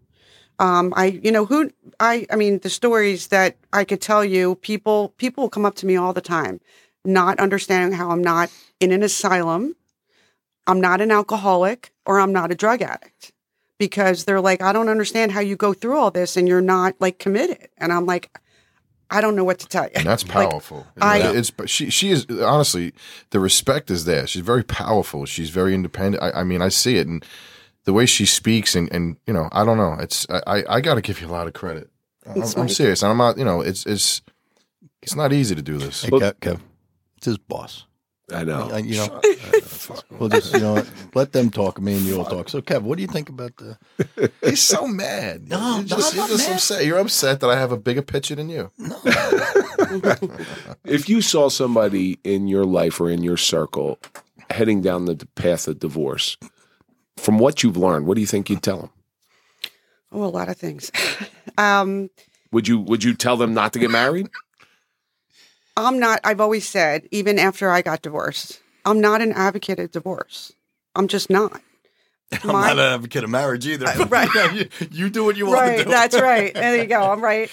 Speaker 3: Um, I, you know, who I, I mean, the stories that I could tell you, people, people come up to me all the time, not understanding how I'm not in an asylum. I'm not an alcoholic or I'm not a drug addict because they're like, I don't understand how you go through all this and you're not like committed. And I'm like, I don't know what to tell you.
Speaker 5: And that's
Speaker 3: Like,
Speaker 5: powerful.
Speaker 3: I-
Speaker 5: Yeah, it's but she she is honestly the respect is there. She's very powerful. She's very independent. I, I mean, I see it and the way she speaks and and you know, I don't know. It's I I, I got to give you a lot of credit. I'm,
Speaker 3: Thanks,
Speaker 5: I'm
Speaker 3: Mike.
Speaker 5: serious, and I'm not. You know, it's it's it's not easy to do this.
Speaker 4: Hey,
Speaker 2: Well-
Speaker 4: Kev, Kev, it's his boss.
Speaker 2: I know.
Speaker 4: I- you know, we'll just you know what? let them talk. Me and you will talk. So, Kev, what do you think about the?
Speaker 5: He's so mad.
Speaker 4: No,
Speaker 5: you're
Speaker 4: no,
Speaker 5: just,
Speaker 4: I'm
Speaker 5: you're
Speaker 4: not
Speaker 5: just
Speaker 4: mad.
Speaker 5: upset. You're upset that I have a bigger picture than you.
Speaker 2: If you saw somebody in your life or in your circle heading down the path of divorce, from what you've learned, what do you think you'd tell them?
Speaker 3: Oh, a lot of things. um,
Speaker 2: Would you Would you tell them not to get married?
Speaker 3: I'm not, I've always said, even after I got divorced, I'm not an advocate of divorce. I'm just not.
Speaker 4: I'm
Speaker 3: My-
Speaker 4: not an advocate of marriage either.
Speaker 3: right.
Speaker 4: you, you do what you want to
Speaker 3: right
Speaker 4: do.
Speaker 3: that's right there you go i'm right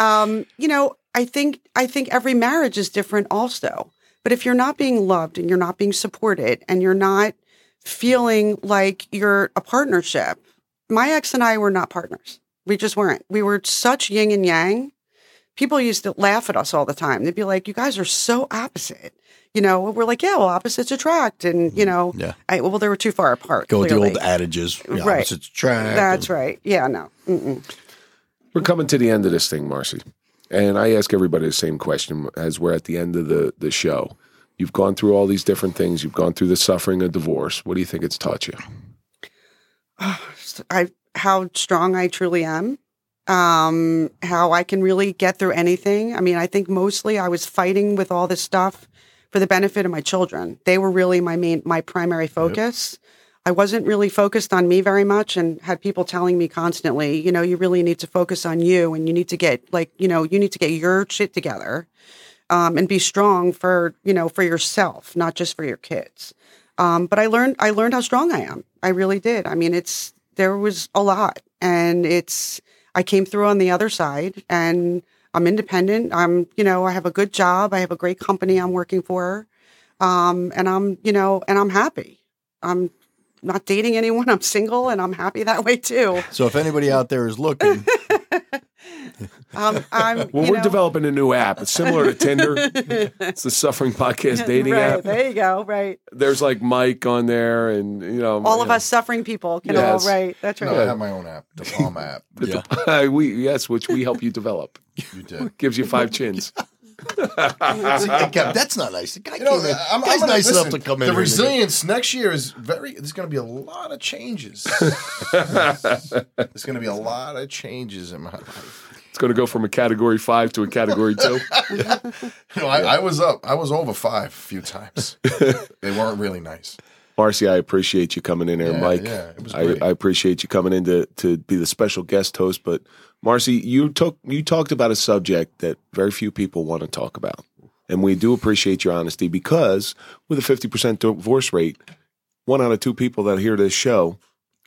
Speaker 3: um, you know i think i think every marriage is different also but if you're not being loved and you're not being supported and you're not feeling like you're a partnership my ex and i were not partners we just weren't we were such yin and yang people used to laugh at us all the time they'd be like you guys are so opposite you know we're like yeah well opposites attract and you know
Speaker 4: Yeah.
Speaker 3: I, well they were too far apart
Speaker 4: Mm-hmm. Go with the
Speaker 3: clearly.
Speaker 4: old adages. You know,
Speaker 3: Right.
Speaker 4: Opposites attract.
Speaker 3: that's right yeah no Mm-mm.
Speaker 2: We're coming to the end of this thing, Marcy. And I ask everybody the same question as we're at the end of the, the show. You've gone through all these different things. You've gone through the suffering of divorce. What do you think it's taught you?
Speaker 3: I how strong I truly am, um, how I can really get through anything. I mean, I think mostly I was fighting with all this stuff for the benefit of my children. They were really my main, my primary focus. I wasn't really focused on me very much, and had people telling me constantly, you know, you really need to focus on you, and you need to get like, you know, you need to get your shit together, um, and be strong for you know for yourself, not just for your kids. Um, but I learned I learned how strong I am. I really did. I mean, it's there was a lot, and it's I came through on the other side, and I'm independent. I'm you know I have a good job. I have a great company I'm working for, um, and I'm you know and I'm happy. I'm not dating anyone. I'm single, and I'm happy that way too.
Speaker 4: So if anybody out there is looking,
Speaker 3: Um, I'm
Speaker 2: Well,
Speaker 3: you
Speaker 2: we're
Speaker 3: know-
Speaker 2: developing a new app. It's similar to Tinder. It's the Suffering Podcast dating
Speaker 3: right,
Speaker 2: app.
Speaker 3: There you go. Right,
Speaker 2: There's like Mike on there, and you know,
Speaker 3: all of us suffering people can
Speaker 2: Oh, Yes.
Speaker 3: all right. That's
Speaker 5: No, I
Speaker 3: right.
Speaker 5: have my own app, the Palm app.
Speaker 4: yeah.
Speaker 2: we yes, which we help you develop.
Speaker 5: You did.
Speaker 2: Gives you five chins.
Speaker 4: Hey, Kev, that's not nice. The guy
Speaker 5: You know,
Speaker 4: came in.
Speaker 5: I'm,
Speaker 4: guy's
Speaker 5: I'm gonna-
Speaker 4: nice enough
Speaker 5: listen,
Speaker 4: to come in.
Speaker 5: The
Speaker 4: here today.
Speaker 5: resilience next year is very. There's going to be a lot of changes. there's going to be a lot of changes in my life.
Speaker 2: It's going to go from a category five to a category two.
Speaker 5: You know, I, I was up. I was over five a few times. they weren't really nice.
Speaker 2: Marcy, I appreciate you coming in there,
Speaker 5: Yeah,
Speaker 2: Mike.
Speaker 5: yeah, it was
Speaker 2: I,
Speaker 5: great.
Speaker 2: I appreciate you coming in to, to be the special guest host. But Marcy, you took you talked about a subject that very few people want to talk about, and we do appreciate your honesty because with a fifty percent divorce rate, one out of two people that hear this show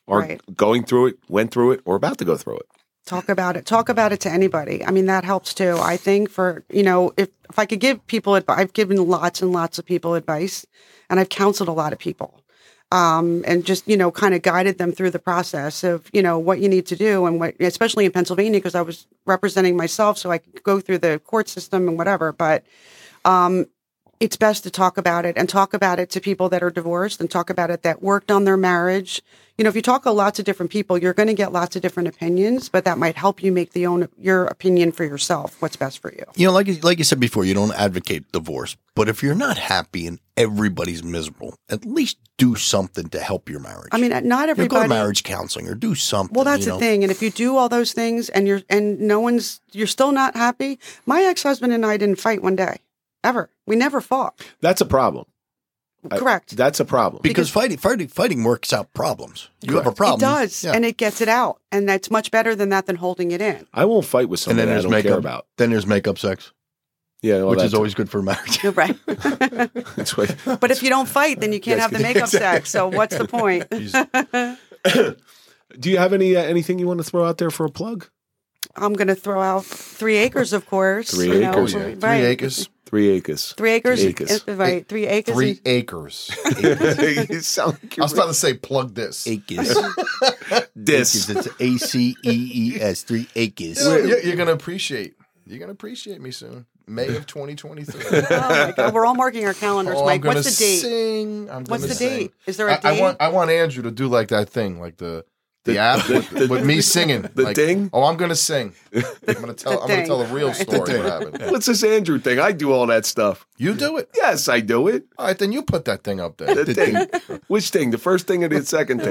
Speaker 2: are
Speaker 3: Right.
Speaker 2: going through it, went through it, or about to go through it.
Speaker 3: talk about it talk about it to anybody i mean that helps too i think for you know if if i could give people advice i've given lots and lots of people advice and i've counseled a lot of people um, and just you know kind of guided them through the process of you know what you need to do and what especially in pennsylvania because i was representing myself so i could go through the court system and whatever but it's best to talk about it and talk about it to people that are divorced and talk about it that worked on their marriage. You know, if you talk to lots of different people, you're going to get lots of different opinions, but that might help you make the own your opinion for yourself. What's best for you?
Speaker 4: you know, like you- like you said before, you don't advocate divorce, but if you're not happy and everybody's miserable, at least do something to help your marriage.
Speaker 3: I mean, uh, not
Speaker 4: you know, go to
Speaker 3: everybody.
Speaker 4: marriage counseling or do something.
Speaker 3: well, that's the
Speaker 4: you know?
Speaker 3: thing. And if you do all those things and you're and no one's you're still not happy. My ex husband and I didn't fight one day, ever. We never fought.
Speaker 2: That's a problem. I-
Speaker 3: Correct.
Speaker 2: That's a problem.
Speaker 4: Because fighting, fighting, fighting works out problems. You have a
Speaker 3: It
Speaker 4: problem.
Speaker 3: does,
Speaker 4: yeah.
Speaker 3: and it gets it out, and that's much better than that than holding it in.
Speaker 2: I won't fight with
Speaker 4: And
Speaker 2: someone
Speaker 4: then
Speaker 2: I
Speaker 4: there's
Speaker 2: don't care
Speaker 4: makeup.
Speaker 2: about.
Speaker 4: Then there's makeup sex,
Speaker 2: Yeah, all
Speaker 4: which
Speaker 2: that
Speaker 4: is always good for marriage.
Speaker 3: You're right.
Speaker 2: that's why-
Speaker 3: But if you don't fight, then you can't have the makeup sex. So what's the point?
Speaker 2: Do you have any uh, anything you want to throw out there for a plug?
Speaker 3: I'm going to throw out three acres, of course.
Speaker 2: Three
Speaker 3: you know,
Speaker 2: acres.
Speaker 5: Yeah,
Speaker 3: right.
Speaker 5: three acres.
Speaker 2: Three acres.
Speaker 3: Three acres.
Speaker 2: Three acres.
Speaker 3: uh, Right. Three acres.
Speaker 5: Three
Speaker 3: and-
Speaker 5: acres.
Speaker 2: you sound like
Speaker 5: I
Speaker 2: you're
Speaker 5: was about to say plug this.
Speaker 4: Acres.
Speaker 2: this.
Speaker 4: It's A C E E S. Three acres.
Speaker 5: You know, you're going to appreciate. You're going to appreciate me soon. May of 2023.
Speaker 3: Oh my God. We're all marking our calendars,
Speaker 5: Oh,
Speaker 3: Mike.
Speaker 5: I'm
Speaker 3: What's the
Speaker 5: gonna
Speaker 3: date?
Speaker 5: Sing. I'm
Speaker 3: What's
Speaker 5: gonna
Speaker 3: the date?
Speaker 5: sing.
Speaker 3: Is there a
Speaker 5: I, I
Speaker 3: date?
Speaker 5: want I want Andrew to do like that thing, like the the, app with, with me singing.
Speaker 2: the
Speaker 5: like,
Speaker 2: ding?
Speaker 5: Oh, I'm gonna sing. I'm gonna tell I'm
Speaker 3: ding.
Speaker 5: gonna tell the real story what happened.
Speaker 2: What's this Andrew thing? I do all that stuff.
Speaker 5: You do it.
Speaker 2: Yes, I do it.
Speaker 5: All right, then you put that thing up there.
Speaker 2: The thing. Which thing? The first thing or the second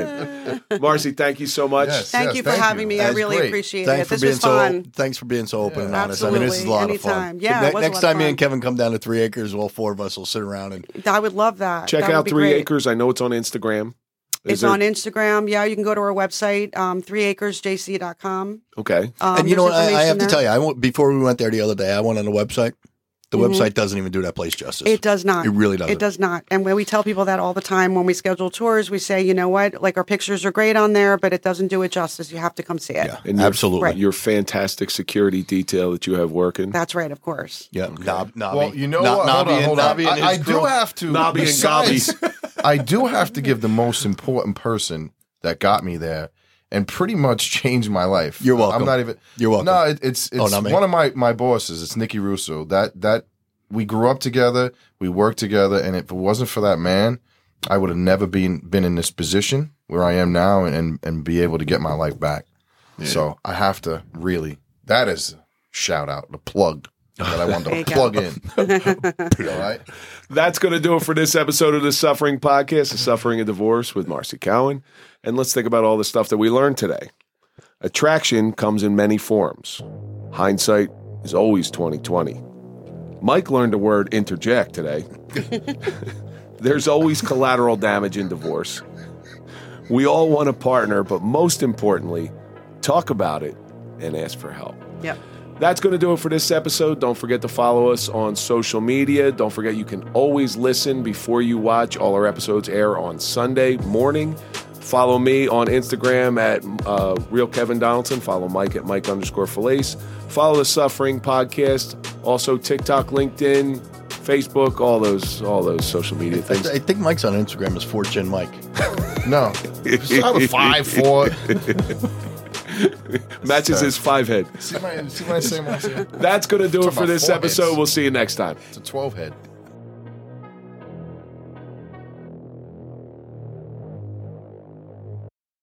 Speaker 2: thing? Marcy, thank you so much.
Speaker 5: Yes,
Speaker 3: Thank
Speaker 5: yes,
Speaker 3: you for
Speaker 5: thank
Speaker 3: having me. I
Speaker 5: That's
Speaker 3: really
Speaker 5: great.
Speaker 3: appreciate it.
Speaker 4: Thanks for
Speaker 3: This
Speaker 4: being
Speaker 3: was
Speaker 4: so.
Speaker 3: fun.
Speaker 4: Thanks for being so open and
Speaker 5: Yeah.
Speaker 4: honest. I mean, this is a lot
Speaker 3: Absolutely.
Speaker 4: of fun.
Speaker 3: Anytime. Yeah, it was a
Speaker 4: next
Speaker 3: lot of
Speaker 4: time me
Speaker 3: fun.
Speaker 4: and Kevin come down to Three Acres, well, four of us will sit around and
Speaker 3: I would love that.
Speaker 2: Check
Speaker 3: That would
Speaker 2: out
Speaker 3: be
Speaker 2: Three
Speaker 3: great.
Speaker 2: Acres. I know it's on Instagram.
Speaker 3: it's on Instagram. Yeah, you can go to our website, um, threeacresjc.com.
Speaker 2: Okay.
Speaker 3: Um,
Speaker 4: and you know
Speaker 3: there's
Speaker 4: what? I, I have
Speaker 3: information
Speaker 4: to
Speaker 3: there.
Speaker 4: tell you, I went, before we went there the other day, I went on the website. The website doesn't even do that place justice.
Speaker 3: Mm-hmm. It does not.
Speaker 4: It really doesn't.
Speaker 3: It does not. And when we tell people that all the time when we schedule tours, we say, you know what, like our pictures are great on there, but it doesn't do it justice. You have to come see it.
Speaker 4: Yeah,
Speaker 2: And you're-
Speaker 4: absolutely.
Speaker 3: Right.
Speaker 2: Your fantastic security detail that you have working.
Speaker 3: That's right, of course.
Speaker 4: Yeah, knob, knobby.
Speaker 5: Well, you know
Speaker 4: Knob-
Speaker 5: what? Hold
Speaker 4: knobby
Speaker 5: on,
Speaker 4: and-
Speaker 5: hold on.
Speaker 4: knobby and
Speaker 5: I, I
Speaker 4: his
Speaker 5: do
Speaker 4: crew.
Speaker 5: have to.
Speaker 2: Knobby and
Speaker 5: besides-
Speaker 2: gobby.
Speaker 5: I do have to give the most important person that got me there and pretty much changed my life.
Speaker 4: You're welcome.
Speaker 5: I'm not even.
Speaker 4: You're welcome.
Speaker 5: No, it, it's it's
Speaker 4: Oh, not me.
Speaker 5: one of my my bosses. It's Nikki Russo. That that we grew up together. We worked together, and if it wasn't for that man, I would have never been been in this position where I am now, and and, and be able to get my life back. So I have to really. That is a shout out the plug that I want
Speaker 3: There
Speaker 5: to
Speaker 3: you go.
Speaker 5: plug in. All right.
Speaker 2: That's going to do it for this episode of the Suffering Podcast, The Suffering and Divorce with Marcy Cowan. And let's think about all the stuff that we learned today. Attraction comes in many forms. Hindsight is always 2020. Mike learned the word interject today. There's always collateral damage in divorce. We all want a partner, but most importantly, talk about it and ask for help.
Speaker 3: Yep.
Speaker 2: That's going to do it for this episode. Don't forget to follow us on social media. Don't forget you can always listen before you watch. All our episodes air on Sunday morning. Follow me on Instagram at uh, Real Kevin Donaldson. Follow Mike at Mike underscore Felice. Follow the Suffering Podcast. Also TikTok, LinkedIn, Facebook, all those all those social media
Speaker 4: I,
Speaker 2: things.
Speaker 4: I think Mike's on Instagram is Fortune Mike.
Speaker 5: No. Stop at five, four.
Speaker 2: Matches his five head.
Speaker 5: See my, see my same one? It's
Speaker 2: That's going to do it
Speaker 5: Talking
Speaker 2: for
Speaker 5: about
Speaker 2: this
Speaker 5: foreheads.
Speaker 2: episode. We'll see you next time.
Speaker 5: a 12 head.